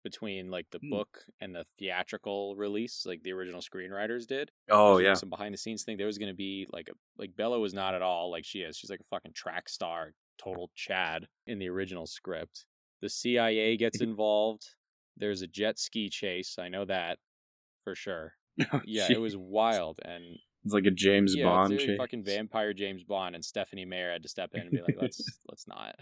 Speaker 2: between like the
Speaker 3: Hmm.
Speaker 2: book and the theatrical release, like the original screenwriters did.
Speaker 3: oh
Speaker 2: There's, like,
Speaker 3: yeah,
Speaker 2: some behind the scenes thing. There was gonna be like a like Bella was not at all like she is. She's like a fucking track star, total Chad in the original script. The CIA gets involved. There's a jet ski chase. I know that. for sure.
Speaker 3: Oh,
Speaker 2: Yeah, it was wild, and
Speaker 3: It's like a James
Speaker 2: yeah,
Speaker 3: Bond
Speaker 2: dude,
Speaker 3: chick.
Speaker 2: fucking vampire James Bond, and Stephanie Mayer had to step in and be like, "Let's let's not."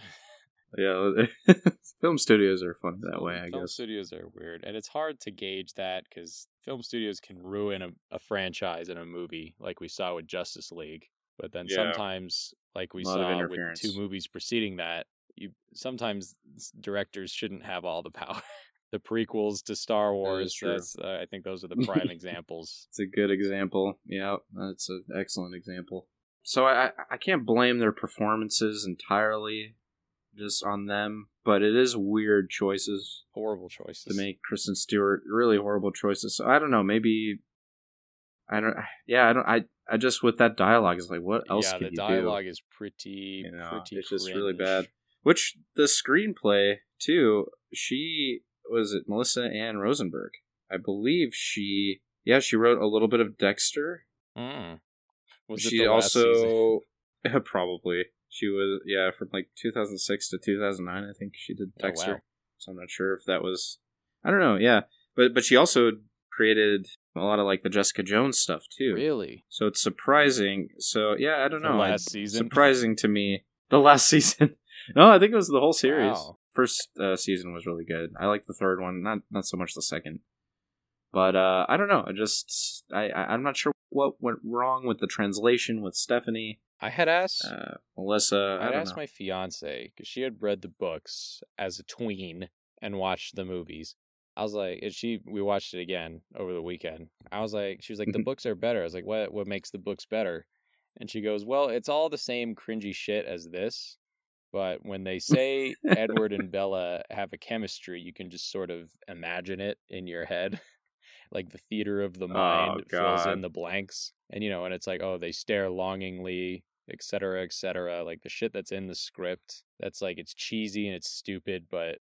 Speaker 3: Yeah, film studios are funny that way, I
Speaker 2: film
Speaker 3: guess.
Speaker 2: studios are weird, and it's hard to gauge that because film studios can ruin a, a franchise in a movie, like we saw with Justice League. But then
Speaker 3: Yeah.
Speaker 2: sometimes, like we
Speaker 3: Lot of
Speaker 2: saw with
Speaker 3: interference.
Speaker 2: two movies preceding that, you sometimes s- directors shouldn't have all the power. the prequels to Star Wars,
Speaker 3: true.
Speaker 2: that's, uh, I think those are the prime examples.
Speaker 3: It's a good example. Yeah, that's an excellent example. So I I- I can't blame their performances entirely, just on them. But it is weird choices
Speaker 2: Horrible choices.
Speaker 3: to make Kristen Stewart really horrible choices. So I don't know. Maybe I don't. Yeah, I don't. I I just with that dialogue is like, what else
Speaker 2: yeah,
Speaker 3: could
Speaker 2: the
Speaker 3: you
Speaker 2: dialogue
Speaker 3: do?
Speaker 2: is pretty,
Speaker 3: You know,
Speaker 2: pretty.
Speaker 3: it's just really
Speaker 2: cringe.
Speaker 3: bad. Which the screenplay too. She was it Melissa Ann Rosenberg. I believe she. Yeah, she wrote a little bit of Dexter,
Speaker 2: Mm. Was it
Speaker 3: she
Speaker 2: the last season?
Speaker 3: also probably she was yeah from like 2006 to 2009 i think she did
Speaker 2: Oh, wow.
Speaker 3: texture so i'm not sure if that was i don't know yeah but but she also created a lot of like the jessica jones stuff too
Speaker 2: really
Speaker 3: so it's surprising so yeah i don't
Speaker 2: The
Speaker 3: know I-
Speaker 2: last season?
Speaker 3: surprising to me the last season no i think it was the whole series
Speaker 2: Wow.
Speaker 3: first uh, season was really good i like the third one not not so much the second but uh, I don't know. I just I, I I'm not sure what went wrong with the translation with Stephanie,
Speaker 2: I had asked
Speaker 3: uh, Melissa. I
Speaker 2: I'd
Speaker 3: don't
Speaker 2: asked
Speaker 3: know.
Speaker 2: my fiance because she had read the books as a tween and watched the movies. I was like, and she we watched it again over the weekend. I was like, she was
Speaker 3: Mm-hmm.
Speaker 2: like, the books are better. I was like, what what makes the books better? And she goes, well, it's all the same cringy shit as this, but when they say Edward and Bella have a chemistry, you can just sort of imagine it in your head. Like the theater of the mind fills in
Speaker 3: Oh, God.
Speaker 2: the blanks, and you know, and it's like, oh, they stare longingly, et cetera, et cetera. Like the shit that's in the script, that's like it's cheesy and it's stupid, but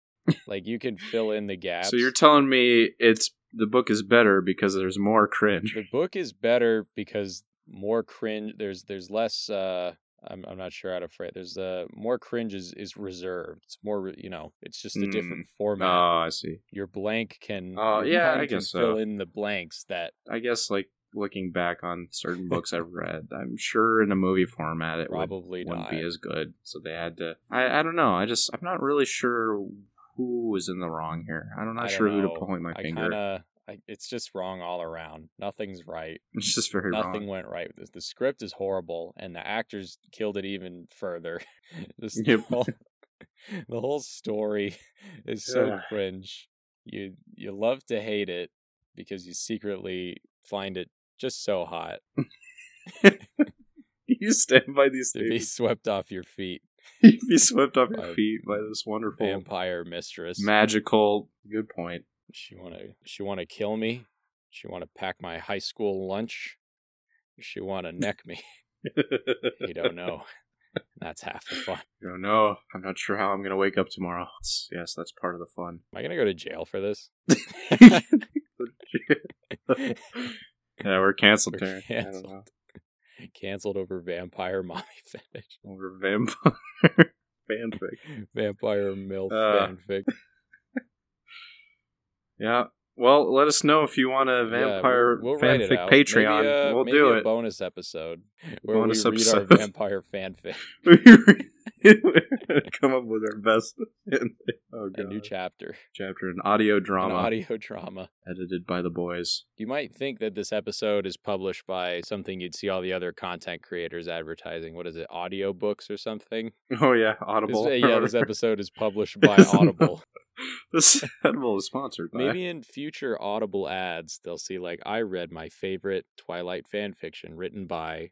Speaker 2: like you can fill in the gaps.
Speaker 3: so you're telling me it's the book is better because there's more cringe.
Speaker 2: the book is better because more cringe. There's there's less. uh I'm I'm not sure how to phrase. There's uh more cringe is is reserved. It's more re- you know. It's just a different
Speaker 3: Oh,
Speaker 2: format.
Speaker 3: I see.
Speaker 2: your blank can.
Speaker 3: Oh,
Speaker 2: your
Speaker 3: yeah,
Speaker 2: mind
Speaker 3: I
Speaker 2: can
Speaker 3: guess so.
Speaker 2: Fill in the blanks that
Speaker 3: I guess like looking back on certain books I've read, I'm sure in a movie format it would,
Speaker 2: probably
Speaker 3: wouldn't
Speaker 2: not.
Speaker 3: be as good. So they had to. I I don't know. I just I'm not really sure who was in the wrong here. I'm
Speaker 2: I
Speaker 3: not
Speaker 2: don't
Speaker 3: sure who to
Speaker 2: know.
Speaker 3: point my
Speaker 2: I
Speaker 3: finger.
Speaker 2: Kinda, I, it's just wrong all around. Nothing's right.
Speaker 3: It's just very
Speaker 2: nothing
Speaker 3: wrong.
Speaker 2: went right with this. The script is horrible, and the actors killed it even further. Just the,
Speaker 3: Yep.
Speaker 2: whole, the whole story is so
Speaker 3: Yeah.
Speaker 2: cringe. You you love to hate it because you secretly find it just so hot
Speaker 3: you stand by these
Speaker 2: to be
Speaker 3: things.
Speaker 2: swept off your feet.
Speaker 3: You'd be swept off your
Speaker 2: By-
Speaker 3: feet by this wonderful
Speaker 2: Vampire mistress.
Speaker 3: magical. Good point.
Speaker 2: She wanna she wanna kill me. She wanna pack my high school lunch. She wanna neck me. You don't know. That's half the fun.
Speaker 3: I don't know. I'm not sure how I'm gonna wake up tomorrow. It's- yes, that's part of the fun.
Speaker 2: Am I gonna go to jail for this?
Speaker 3: yeah, we're canceled,
Speaker 2: We're
Speaker 3: Taryn. I don't
Speaker 2: canceled.
Speaker 3: know.
Speaker 2: canceled over vampire mommy fetish,
Speaker 3: Over vampire fanfic.
Speaker 2: vampire milf
Speaker 3: Uh.
Speaker 2: fanfic.
Speaker 3: Yeah. Well, let us know if you want a vampire
Speaker 2: yeah, we'll, we'll write it
Speaker 3: fanfic
Speaker 2: out.
Speaker 3: Patreon.
Speaker 2: Maybe, uh,
Speaker 3: we'll
Speaker 2: maybe
Speaker 3: do
Speaker 2: a
Speaker 3: it.
Speaker 2: Bonus episode where
Speaker 3: Bonus
Speaker 2: we read
Speaker 3: episode.
Speaker 2: our vampire fanfic,
Speaker 3: Come up with our best. fanfic. oh
Speaker 2: a
Speaker 3: god.
Speaker 2: new chapter,
Speaker 3: chapter, an audio drama
Speaker 2: an audio drama.
Speaker 3: edited by the boys.
Speaker 2: You might think that this episode is published by something you'd see all the other content creators advertising. What is it, audiobooks or something?
Speaker 3: Oh yeah,
Speaker 2: This- uh,
Speaker 3: Audible.
Speaker 2: yeah, this episode is published by
Speaker 3: It's not-
Speaker 2: Audible.
Speaker 3: This Audible is sponsored by.
Speaker 2: Maybe in future Audible ads, they'll see like I read my favorite Twilight fan fiction written by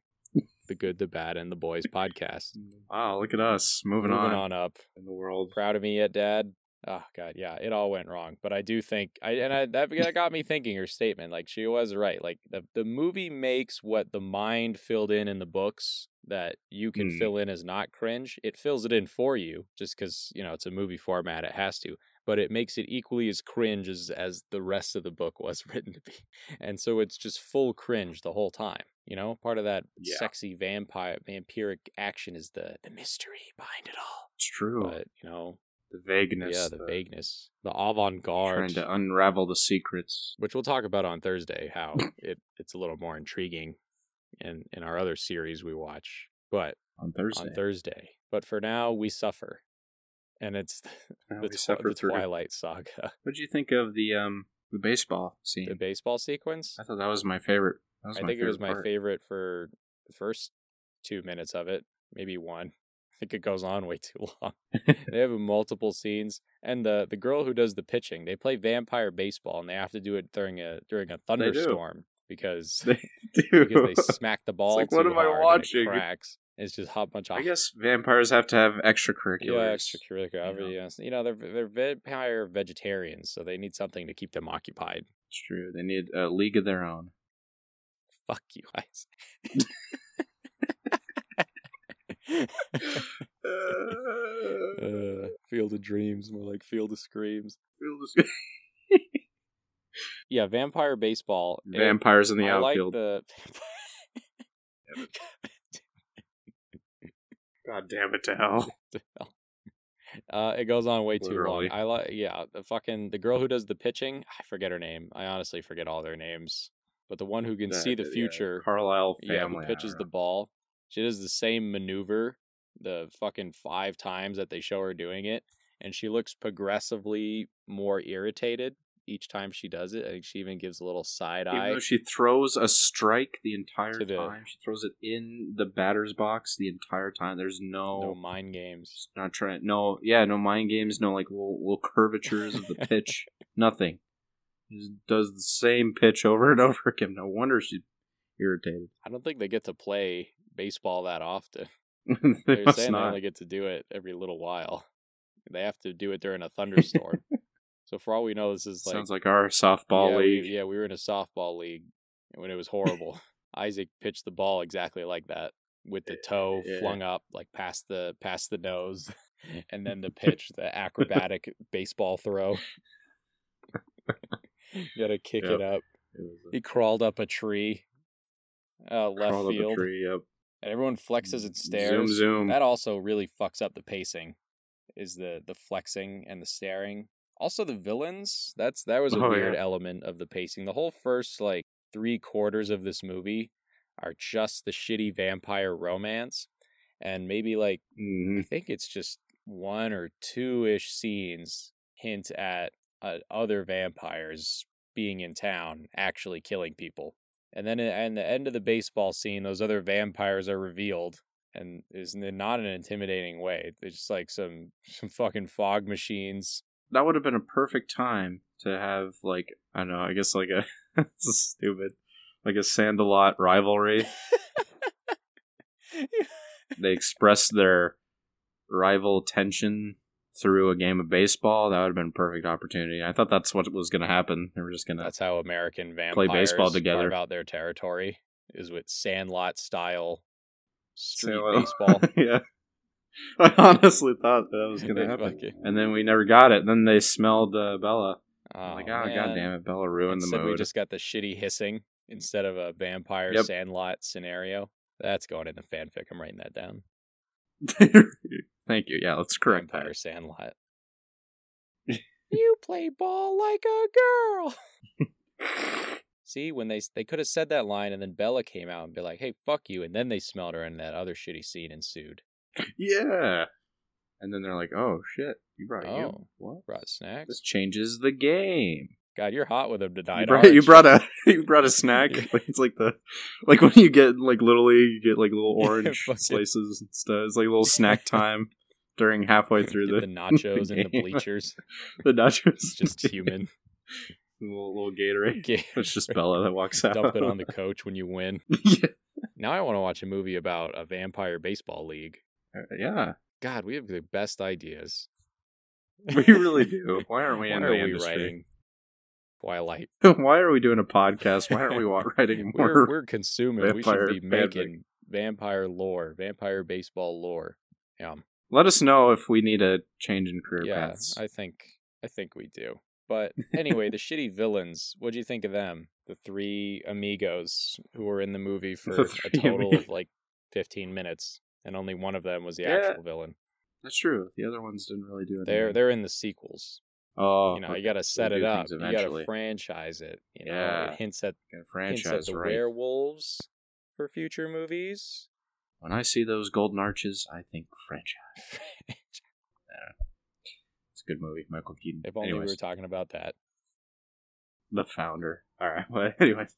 Speaker 2: the Good, the Bad, and the Boys podcast.
Speaker 3: Wow, look at us moving,
Speaker 2: Moving on.
Speaker 3: on,
Speaker 2: up,
Speaker 3: in the world.
Speaker 2: proud of me yet, Dad? Oh God, yeah, it all went wrong, but I do think I and I, that that got me thinking. Her statement, like she was right. Like the the movie makes what the mind filled in in the books that you can
Speaker 3: Hmm.
Speaker 2: fill in as not cringe. It fills it in for you, just because you know it's a movie format. It has to but it makes it equally as cringe as, as the rest of the book was written to be. And so it's just full cringe the whole time. You know, part of that
Speaker 3: Yeah.
Speaker 2: sexy vampire vampiric action is the the mystery behind it all.
Speaker 3: It's true.
Speaker 2: But you know,
Speaker 3: The vagueness.
Speaker 2: yeah,
Speaker 3: uh,
Speaker 2: the, vagueness, the avant
Speaker 3: Trying
Speaker 2: garde,
Speaker 3: to unravel the secrets.
Speaker 2: which we'll talk about on Thursday. How it it's a little more intriguing, in in our other series we watch, but
Speaker 3: On Thursday.
Speaker 2: on Thursday. But for now, we suffer, and it's
Speaker 3: Now
Speaker 2: the,
Speaker 3: we
Speaker 2: twi-
Speaker 3: suffer
Speaker 2: the
Speaker 3: through.
Speaker 2: Twilight Saga,
Speaker 3: What'd you think of the um the baseball scene?
Speaker 2: the baseball sequence.
Speaker 3: I thought that was my favorite. That was
Speaker 2: I
Speaker 3: my
Speaker 2: think it was my
Speaker 3: part.
Speaker 2: favorite for the first two minutes of it, maybe one. I think it goes on way too long. they have multiple scenes, and the the girl who does the pitching, they play vampire baseball, and they have to do it during a during a
Speaker 3: do.
Speaker 2: thunderstorm because
Speaker 3: Dude.
Speaker 2: because they smack the ball.
Speaker 3: like, what
Speaker 2: too
Speaker 3: am I
Speaker 2: hard and it
Speaker 3: watching?
Speaker 2: cracks. It's just hot much.
Speaker 3: I guess vampires have to have
Speaker 2: Yeah,
Speaker 3: extracurriculars.
Speaker 2: extracurricular.
Speaker 3: know.
Speaker 2: Yes, you know they're they're vampire vegetarians, so they need something to keep them occupied.
Speaker 3: It's true. They need a league of their own.
Speaker 2: Fuck you, Isaac. Uh, field of dreams, more like field of screams. Yeah, vampire baseball. It-
Speaker 3: Vampires in the
Speaker 2: I
Speaker 3: outfield.
Speaker 2: Like the
Speaker 3: God damn it to hell.
Speaker 2: uh, it goes on way too
Speaker 3: Literally.
Speaker 2: long. I like yeah, the fucking the girl who does the pitching. I forget her name. I honestly forget all their names. But the one who can see the future,
Speaker 3: uh, Carlisle
Speaker 2: yeah, who
Speaker 3: family. I
Speaker 2: pitches the
Speaker 3: don't
Speaker 2: ball. She does the same maneuver the fucking five times that they show her doing it, and she looks progressively more irritated each time she does it. I think she even gives a little side
Speaker 3: know. Even
Speaker 2: eye.
Speaker 3: though she throws a strike the entire
Speaker 2: To the-
Speaker 3: time, she throws it in the batter's box the entire time. There's no,
Speaker 2: No mind games.
Speaker 3: she's not trying. No, yeah, no mind games. No like little, little curvatures of the pitch. Nothing. She just does the same pitch over and over again. No wonder she's irritated.
Speaker 2: I don't think they get to play baseball that often.
Speaker 3: they
Speaker 2: They're
Speaker 3: must
Speaker 2: saying they
Speaker 3: not.
Speaker 2: only get to do it every little while. They have to do it during a thunderstorm. so for all we know, this is like
Speaker 3: Sounds like our softball
Speaker 2: yeah,
Speaker 3: league.
Speaker 2: We, yeah, we were in a softball league when it was horrible. Isaac pitched the ball exactly like that, with the toe
Speaker 3: Yeah.
Speaker 2: flung up like past the past the nose, and then the pitch, the acrobatic baseball throw. Got to kick
Speaker 3: Yep.
Speaker 2: it up.
Speaker 3: It was a-
Speaker 2: He crawled up a tree, uh, left
Speaker 3: crawled up a
Speaker 2: field,
Speaker 3: tree, yep.
Speaker 2: and everyone flexes and stares.
Speaker 3: Mm, Zoom, zoom.
Speaker 2: That also really fucks up the pacing. Is the the flexing and the staring. Also the villains. That's that was a
Speaker 3: Oh,
Speaker 2: weird
Speaker 3: yeah.
Speaker 2: element of the pacing. The whole first like three quarters of this movie are just the shitty vampire romance, and maybe like
Speaker 3: Mhm.
Speaker 2: I think it's just one or two ish scenes hint at uh, other vampires being in town, actually killing people. And then at and the end of the baseball scene, those other vampires are revealed, and is n- not in an intimidating way. They're just like some, some fucking fog machines.
Speaker 3: That would have been a perfect time to have like I don't know. I guess like a this is stupid, like a Sandalot rivalry. they express their rival tension through a game of baseball. That would have been a perfect opportunity. I thought that's what was going to happen. They were just going to
Speaker 2: That's how American vampires
Speaker 3: Play baseball together.
Speaker 2: carve out their territory is with Sandlot style street baseball.
Speaker 3: yeah. I honestly thought that was going
Speaker 2: They
Speaker 3: to happen.
Speaker 2: fucking-
Speaker 3: And then we never got it. Then they smelled uh, Bella.
Speaker 2: Oh,
Speaker 3: I'm like, oh,
Speaker 2: man.
Speaker 3: god damn it, Bella ruined
Speaker 2: Instead,
Speaker 3: the
Speaker 2: we
Speaker 3: mood.
Speaker 2: just got the shitty hissing instead of a vampire
Speaker 3: Yep.
Speaker 2: sandlot scenario. That's going in the fanfic. I'm writing that down.
Speaker 3: Thank you. Yeah, let's correct
Speaker 2: vampire
Speaker 3: that.
Speaker 2: sandlot. you play ball like a girl. See, when they they could have said that line, and then Bella came out and be like, "Hey, fuck you," and then they smelled her, and that other shitty scene ensued.
Speaker 3: Yeah. And then they're like, "Oh shit, you brought you
Speaker 2: Oh.
Speaker 3: what?
Speaker 2: Brought snacks.
Speaker 3: This changes the game."
Speaker 2: God, you're hot with them tonight.
Speaker 3: you, brought,
Speaker 2: aren't
Speaker 3: you brought a you brought a snack. it's like the like when you get like Little League, you get like little
Speaker 2: Yeah,
Speaker 3: orange
Speaker 2: fucking-
Speaker 3: slices and stuff. It's like a little snack time during halfway
Speaker 2: Get
Speaker 3: through
Speaker 2: the,
Speaker 3: the
Speaker 2: nachos and the
Speaker 3: game.
Speaker 2: bleachers.
Speaker 3: the nachos.
Speaker 2: It's just human.
Speaker 3: little, little Gatorade.
Speaker 2: Get-
Speaker 3: It's just Bella that walks out.
Speaker 2: Dump it on the coach when you win.
Speaker 3: yeah.
Speaker 2: Now I want to watch a movie about a vampire baseball league.
Speaker 3: yeah,
Speaker 2: God, we have the best ideas.
Speaker 3: we really do. Why aren't we
Speaker 2: Why
Speaker 3: in
Speaker 2: are
Speaker 3: Oh, the
Speaker 2: we
Speaker 3: industry?
Speaker 2: writing Twilight?
Speaker 3: Why are we doing a podcast? Why aren't we wa- writing more?
Speaker 2: We're, we're consuming. We should
Speaker 3: vampire
Speaker 2: be
Speaker 3: fanfic.
Speaker 2: making vampire lore, vampire baseball lore. Yeah,
Speaker 3: Let us know if we need a change in career
Speaker 2: yeah.
Speaker 3: paths.
Speaker 2: I think I think we do. But anyway, the shitty villains. What do you think of them? The three amigos who were in the movie for a
Speaker 3: three
Speaker 2: total
Speaker 3: amigos.
Speaker 2: of like fifteen minutes, and only one of them was the
Speaker 3: Yeah.
Speaker 2: actual villain.
Speaker 3: That's true. The other ones didn't really do anything.
Speaker 2: They're they're in the sequels.
Speaker 3: oh,
Speaker 2: you know,
Speaker 3: okay.
Speaker 2: you got to set
Speaker 3: do
Speaker 2: it up.
Speaker 3: things
Speaker 2: You got
Speaker 3: eventually.
Speaker 2: to franchise it. You know,
Speaker 3: Yeah.
Speaker 2: it hints at
Speaker 3: Got a
Speaker 2: hints at
Speaker 3: franchise
Speaker 2: the
Speaker 3: right.
Speaker 2: werewolves for future movies.
Speaker 3: When I see those golden arches, I think franchise. It's a good movie, Michael Keaton.
Speaker 2: if only
Speaker 3: Anyways.
Speaker 2: we were talking about that.
Speaker 3: the founder. All right. Well, anyways,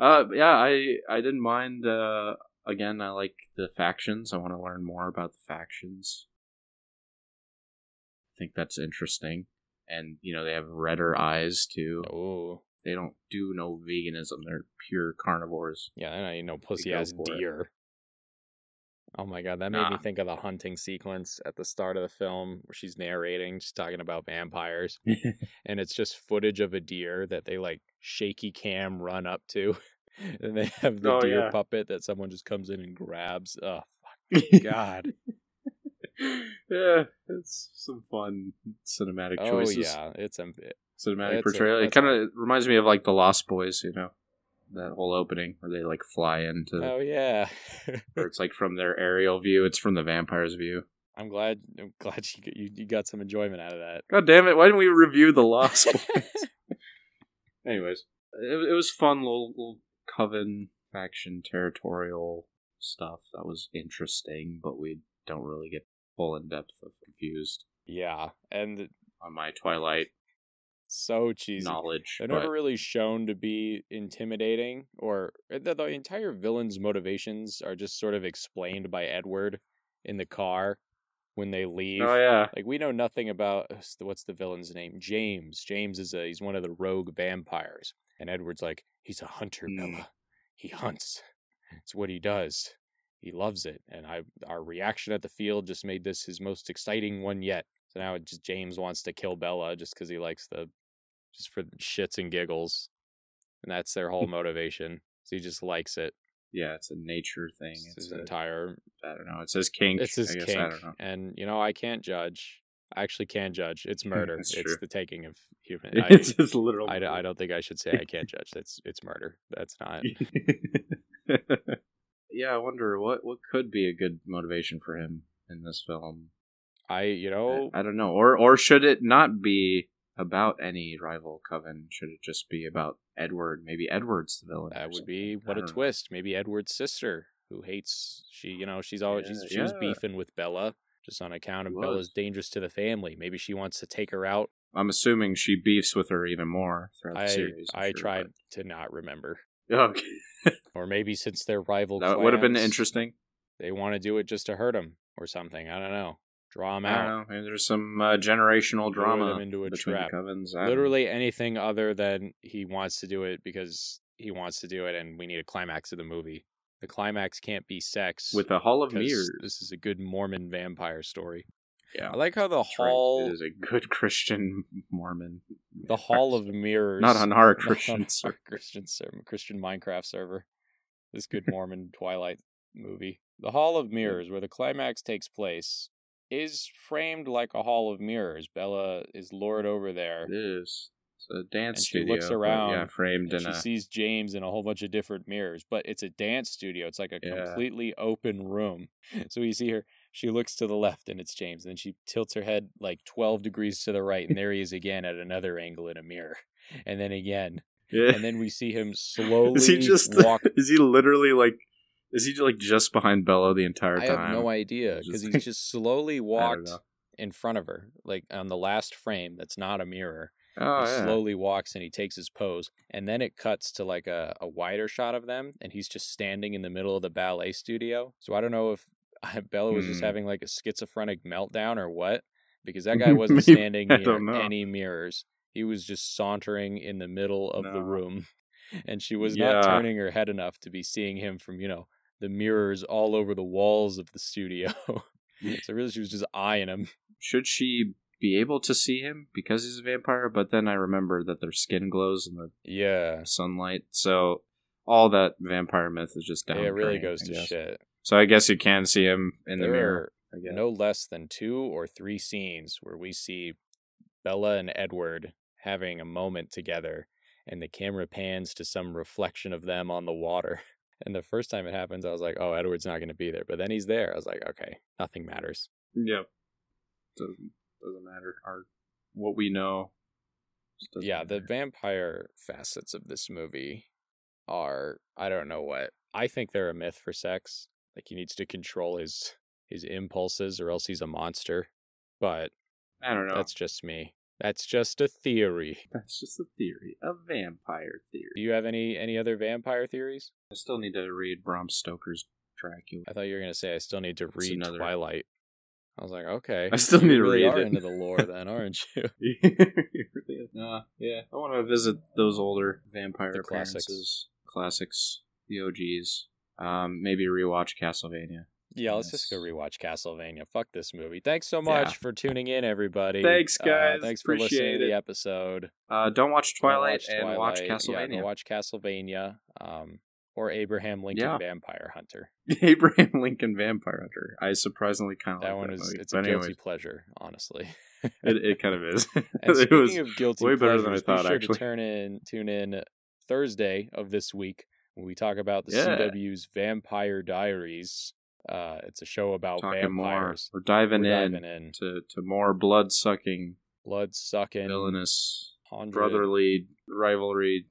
Speaker 3: uh, yeah, I I didn't mind. Uh, again, I like the factions. I want to learn more about the factions. I think that's interesting, and you know they have redder eyes too.
Speaker 2: Oh,
Speaker 3: They don't do no veganism. They're pure carnivores.
Speaker 2: yeah, I don't need no pussy
Speaker 3: go
Speaker 2: ass
Speaker 3: for it.
Speaker 2: deer. Oh my god, that made me
Speaker 3: Nah.
Speaker 2: think of the hunting sequence at the start of the film where she's narrating, she's talking about vampires, and it's just footage of a deer that they like shaky cam run up to, and they have the
Speaker 3: Oh,
Speaker 2: deer
Speaker 3: yeah.
Speaker 2: puppet that someone just comes in and grabs. Oh God.
Speaker 3: yeah, it's some fun cinematic
Speaker 2: Oh
Speaker 3: choices.
Speaker 2: yeah, it's um,
Speaker 3: cinematic
Speaker 2: That's it,
Speaker 3: portrayal. It,
Speaker 2: that's
Speaker 3: kind of reminds me of like the Lost Boys, you know, that whole opening where they like fly into,
Speaker 2: oh yeah.
Speaker 3: or it's like from their aerial view, it's from the vampire's view.
Speaker 2: I'm glad. I'm glad you you, you got some enjoyment out of that.
Speaker 3: God damn it! Why didn't we review the Lost Boys? Anyways, it, it was fun little, little coven faction territorial stuff that was interesting, but we don't really get full in depth of confused
Speaker 2: yeah, and
Speaker 3: on my Twilight
Speaker 2: so cheesy.
Speaker 3: knowledge.
Speaker 2: They're
Speaker 3: but-
Speaker 2: never really shown to be intimidating, or the, the entire villain's motivations are just sort of explained by Edward in the car when they leave.
Speaker 3: oh yeah,
Speaker 2: Like we know nothing about what's the- what's the villain's name? James. James is a he's one of the rogue vampires, and Edward's like he's a hunter,
Speaker 3: Hmm.
Speaker 2: Bella. He hunts. It's what he does. He loves it, and I our reaction at the field just made this his most exciting one yet. So now it just James wants to kill Bella just because he likes the just for the shits and giggles, and that's their whole motivation. So he just likes it.
Speaker 3: yeah, it's a nature thing.
Speaker 2: It's
Speaker 3: It's
Speaker 2: his
Speaker 3: a-
Speaker 2: entire
Speaker 3: I don't know. It says kink.
Speaker 2: it's his
Speaker 3: I guess
Speaker 2: kink,
Speaker 3: I don't know.
Speaker 2: and you know I can't judge. I actually can't judge. It's murder.
Speaker 3: That's
Speaker 2: it's
Speaker 3: true.
Speaker 2: the taking of human. I,
Speaker 3: it's just literal.
Speaker 2: I, d- I don't think I should say I can't judge. That's it's murder. That's not.
Speaker 3: yeah, I wonder what what could be a good motivation for him in this film.
Speaker 2: I you know
Speaker 3: I, I don't know. Or or should it not be about any rival coven? Should it just be about Edward? Maybe Edward's the villain. or
Speaker 2: that would
Speaker 3: something.
Speaker 2: be what a
Speaker 3: I don't know.
Speaker 2: twist. Maybe Edward's sister who hates she. You know she's always
Speaker 3: Yeah,
Speaker 2: she's, she was
Speaker 3: yeah.
Speaker 2: beefing with Bella just on account of
Speaker 3: She
Speaker 2: Bella's
Speaker 3: was.
Speaker 2: dangerous to the family. Maybe she wants to take her out.
Speaker 3: I'm assuming she beefs with her even more throughout
Speaker 2: I
Speaker 3: the series. I'm
Speaker 2: I
Speaker 3: sure,
Speaker 2: tried to not remember.
Speaker 3: but- Okay.
Speaker 2: Or maybe since they're rival,
Speaker 3: That would have been
Speaker 2: clans,
Speaker 3: interesting.
Speaker 2: They want to do it just to hurt him or something. I don't know. Draw him
Speaker 3: I
Speaker 2: out.
Speaker 3: don't know. Maybe there's some uh, generational
Speaker 2: Lure them
Speaker 3: drama
Speaker 2: into a
Speaker 3: between
Speaker 2: trap.
Speaker 3: the covens. I don't know.
Speaker 2: literally anything other than he wants to do it because he wants to do it and we need a climax of the movie the climax can't be sex
Speaker 3: with the Hall of
Speaker 2: because
Speaker 3: Mirrors.
Speaker 2: this is a good mormon vampire story
Speaker 3: Yeah.
Speaker 2: i like how the
Speaker 3: That's right.
Speaker 2: hall
Speaker 3: It is a good Christian Mormon.
Speaker 2: the hall of mirrors
Speaker 3: not on our
Speaker 2: not on
Speaker 3: Christian.
Speaker 2: our christian server, christian minecraft server this good mormon twilight movie the hall of mirrors where the climax takes place is framed like a hall of mirrors bella is lured over there
Speaker 3: It is. It's a dance
Speaker 2: And she
Speaker 3: studio.
Speaker 2: looks
Speaker 3: but,
Speaker 2: around,
Speaker 3: Yeah, framed
Speaker 2: and
Speaker 3: in
Speaker 2: she
Speaker 3: a.
Speaker 2: sees James in a whole bunch of different mirrors, but it's a dance studio. It's like a
Speaker 3: Yeah.
Speaker 2: completely open room. So you see her, she looks to the left and it's James. And then she tilts her head like 12 degrees to the right, and there he is again at another angle in a mirror. And then again.
Speaker 3: yeah.
Speaker 2: And then we see him slowly
Speaker 3: is he just?
Speaker 2: walk.
Speaker 3: Is he literally like? Is he like just behind Bella the entire
Speaker 2: I
Speaker 3: time?
Speaker 2: have no idea because
Speaker 3: Just-
Speaker 2: he's just slowly
Speaker 3: I don't
Speaker 2: walked
Speaker 3: know.
Speaker 2: in front of her, like on the last frame that's not a mirror.
Speaker 3: Oh
Speaker 2: he
Speaker 3: yeah.
Speaker 2: slowly walks and he takes his pose and then it cuts to like a, a wider shot of them and he's just standing in the middle of the ballet studio so i don't know if bella was just
Speaker 3: Hmm.
Speaker 2: having like a schizophrenic meltdown or what because that guy wasn't
Speaker 3: Maybe.
Speaker 2: standing
Speaker 3: I
Speaker 2: near
Speaker 3: don't know.
Speaker 2: any mirrors he was just sauntering in the middle of the
Speaker 3: No.
Speaker 2: room and she was
Speaker 3: Yeah.
Speaker 2: not turning her head enough to be seeing him from you know the mirrors all over the walls of the studio so really she was just eyeing him
Speaker 3: Should she be able to see him because he's a vampire? But then I remember that their skin glows in the
Speaker 2: yeah
Speaker 3: sunlight, so all that vampire myth is just down.
Speaker 2: it really
Speaker 3: drain,
Speaker 2: goes
Speaker 3: I
Speaker 2: to
Speaker 3: guess.
Speaker 2: shit
Speaker 3: So I guess you can see him in the
Speaker 2: There
Speaker 3: mirror.
Speaker 2: are
Speaker 3: I guess.
Speaker 2: no less than two or three scenes where we see Bella and Edward having a moment together, and the camera pans to some reflection of them on the water. And the first time it happens, I was like, "Oh, Edward's not going to be there," but then he's there. I was like, "Okay, nothing matters."
Speaker 3: Yeah. doesn't doesn't matter. Our what we know. just doesn't
Speaker 2: yeah, the
Speaker 3: matter.
Speaker 2: vampire facets of this movie are I don't know what. I think they're a myth for sex. Like he needs to control his his impulses or else he's a monster. But
Speaker 3: I don't know.
Speaker 2: that's just me. That's just a theory.
Speaker 3: That's just a theory, a vampire
Speaker 2: Do
Speaker 3: theory.
Speaker 2: you have any any other vampire theories?
Speaker 3: I still need to read Bram Stoker's Dracula.
Speaker 2: I thought you were gonna say I still need to read
Speaker 3: another-
Speaker 2: Twilight. I was like, okay.
Speaker 3: I still need
Speaker 2: you
Speaker 3: to
Speaker 2: really
Speaker 3: read
Speaker 2: are
Speaker 3: it.
Speaker 2: into the lore then, aren't you?
Speaker 3: uh, yeah, I want to visit those older vampire
Speaker 2: The classics.
Speaker 3: appearances, classics, the OGs. Um, maybe rewatch Castlevania.
Speaker 2: Yeah, let's just go
Speaker 3: Yes.
Speaker 2: rewatch Castlevania. Fuck this movie. Thanks so
Speaker 3: Yeah.
Speaker 2: much for tuning in, everybody.
Speaker 3: Thanks,
Speaker 2: Uh,
Speaker 3: guys.
Speaker 2: thanks for listening
Speaker 3: Appreciate
Speaker 2: to the
Speaker 3: it.
Speaker 2: episode.
Speaker 3: Uh, don't watch
Speaker 2: Go
Speaker 3: Twilight and watch
Speaker 2: Twilight. Yeah,
Speaker 3: Castlevania.
Speaker 2: go watch Castlevania. Um, or Abraham Lincoln
Speaker 3: Yeah.
Speaker 2: Vampire Hunter.
Speaker 3: Abraham Lincoln Vampire Hunter. I surprisingly kind of
Speaker 2: that
Speaker 3: like
Speaker 2: one
Speaker 3: that
Speaker 2: is
Speaker 3: movie.
Speaker 2: it's a
Speaker 3: but
Speaker 2: guilty
Speaker 3: anyways,
Speaker 2: pleasure, honestly.
Speaker 3: it, it kind of is.
Speaker 2: And
Speaker 3: it
Speaker 2: speaking
Speaker 3: was
Speaker 2: of guilty
Speaker 3: way better
Speaker 2: pleasures,
Speaker 3: than I
Speaker 2: be
Speaker 3: thought,
Speaker 2: sure
Speaker 3: actually.
Speaker 2: to turn in, tune in Thursday of this week when we talk about the
Speaker 3: Yeah.
Speaker 2: CW's Vampire Diaries. Uh, it's a show about
Speaker 3: talking more.
Speaker 2: vampires.
Speaker 3: We're diving
Speaker 2: We're
Speaker 3: in,
Speaker 2: diving in.
Speaker 3: to to more blood sucking,
Speaker 2: Blood sucking,
Speaker 3: villainous,
Speaker 2: hundred
Speaker 3: brotherly rivalry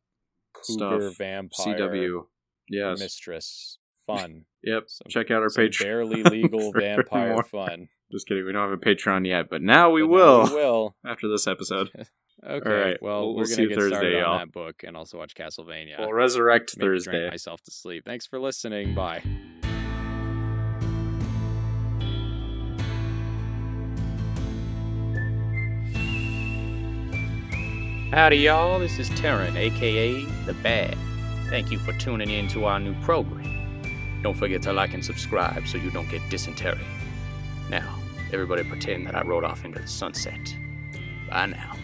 Speaker 2: cougar
Speaker 3: stuff.
Speaker 2: vampire
Speaker 3: CW. Yes.
Speaker 2: mistress fun.
Speaker 3: Yep.
Speaker 2: Some-
Speaker 3: Check out our
Speaker 2: Some
Speaker 3: Patreon.
Speaker 2: barely legal
Speaker 3: for
Speaker 2: vampire
Speaker 3: more.
Speaker 2: fun.
Speaker 3: Just kidding. We don't have a Patreon yet, but now we
Speaker 2: But now
Speaker 3: will
Speaker 2: We will.
Speaker 3: after this episode.
Speaker 2: Okay.
Speaker 3: right,
Speaker 2: Well,
Speaker 3: we'll- we'll
Speaker 2: we're
Speaker 3: see
Speaker 2: gonna
Speaker 3: you
Speaker 2: get started
Speaker 3: Thursday,
Speaker 2: on
Speaker 3: y'all.
Speaker 2: that book and also watch Castlevania.
Speaker 3: We'll resurrect
Speaker 2: Maybe drink
Speaker 3: Thursday.
Speaker 2: myself to sleep. Thanks for listening. Bye.
Speaker 4: Howdy, y'all. This is Terran, aka The Bad. Thank you for tuning in to our new program. Don't forget to like and subscribe so you don't get dysentery. Now, everybody pretend that I rode off into the sunset. Bye now.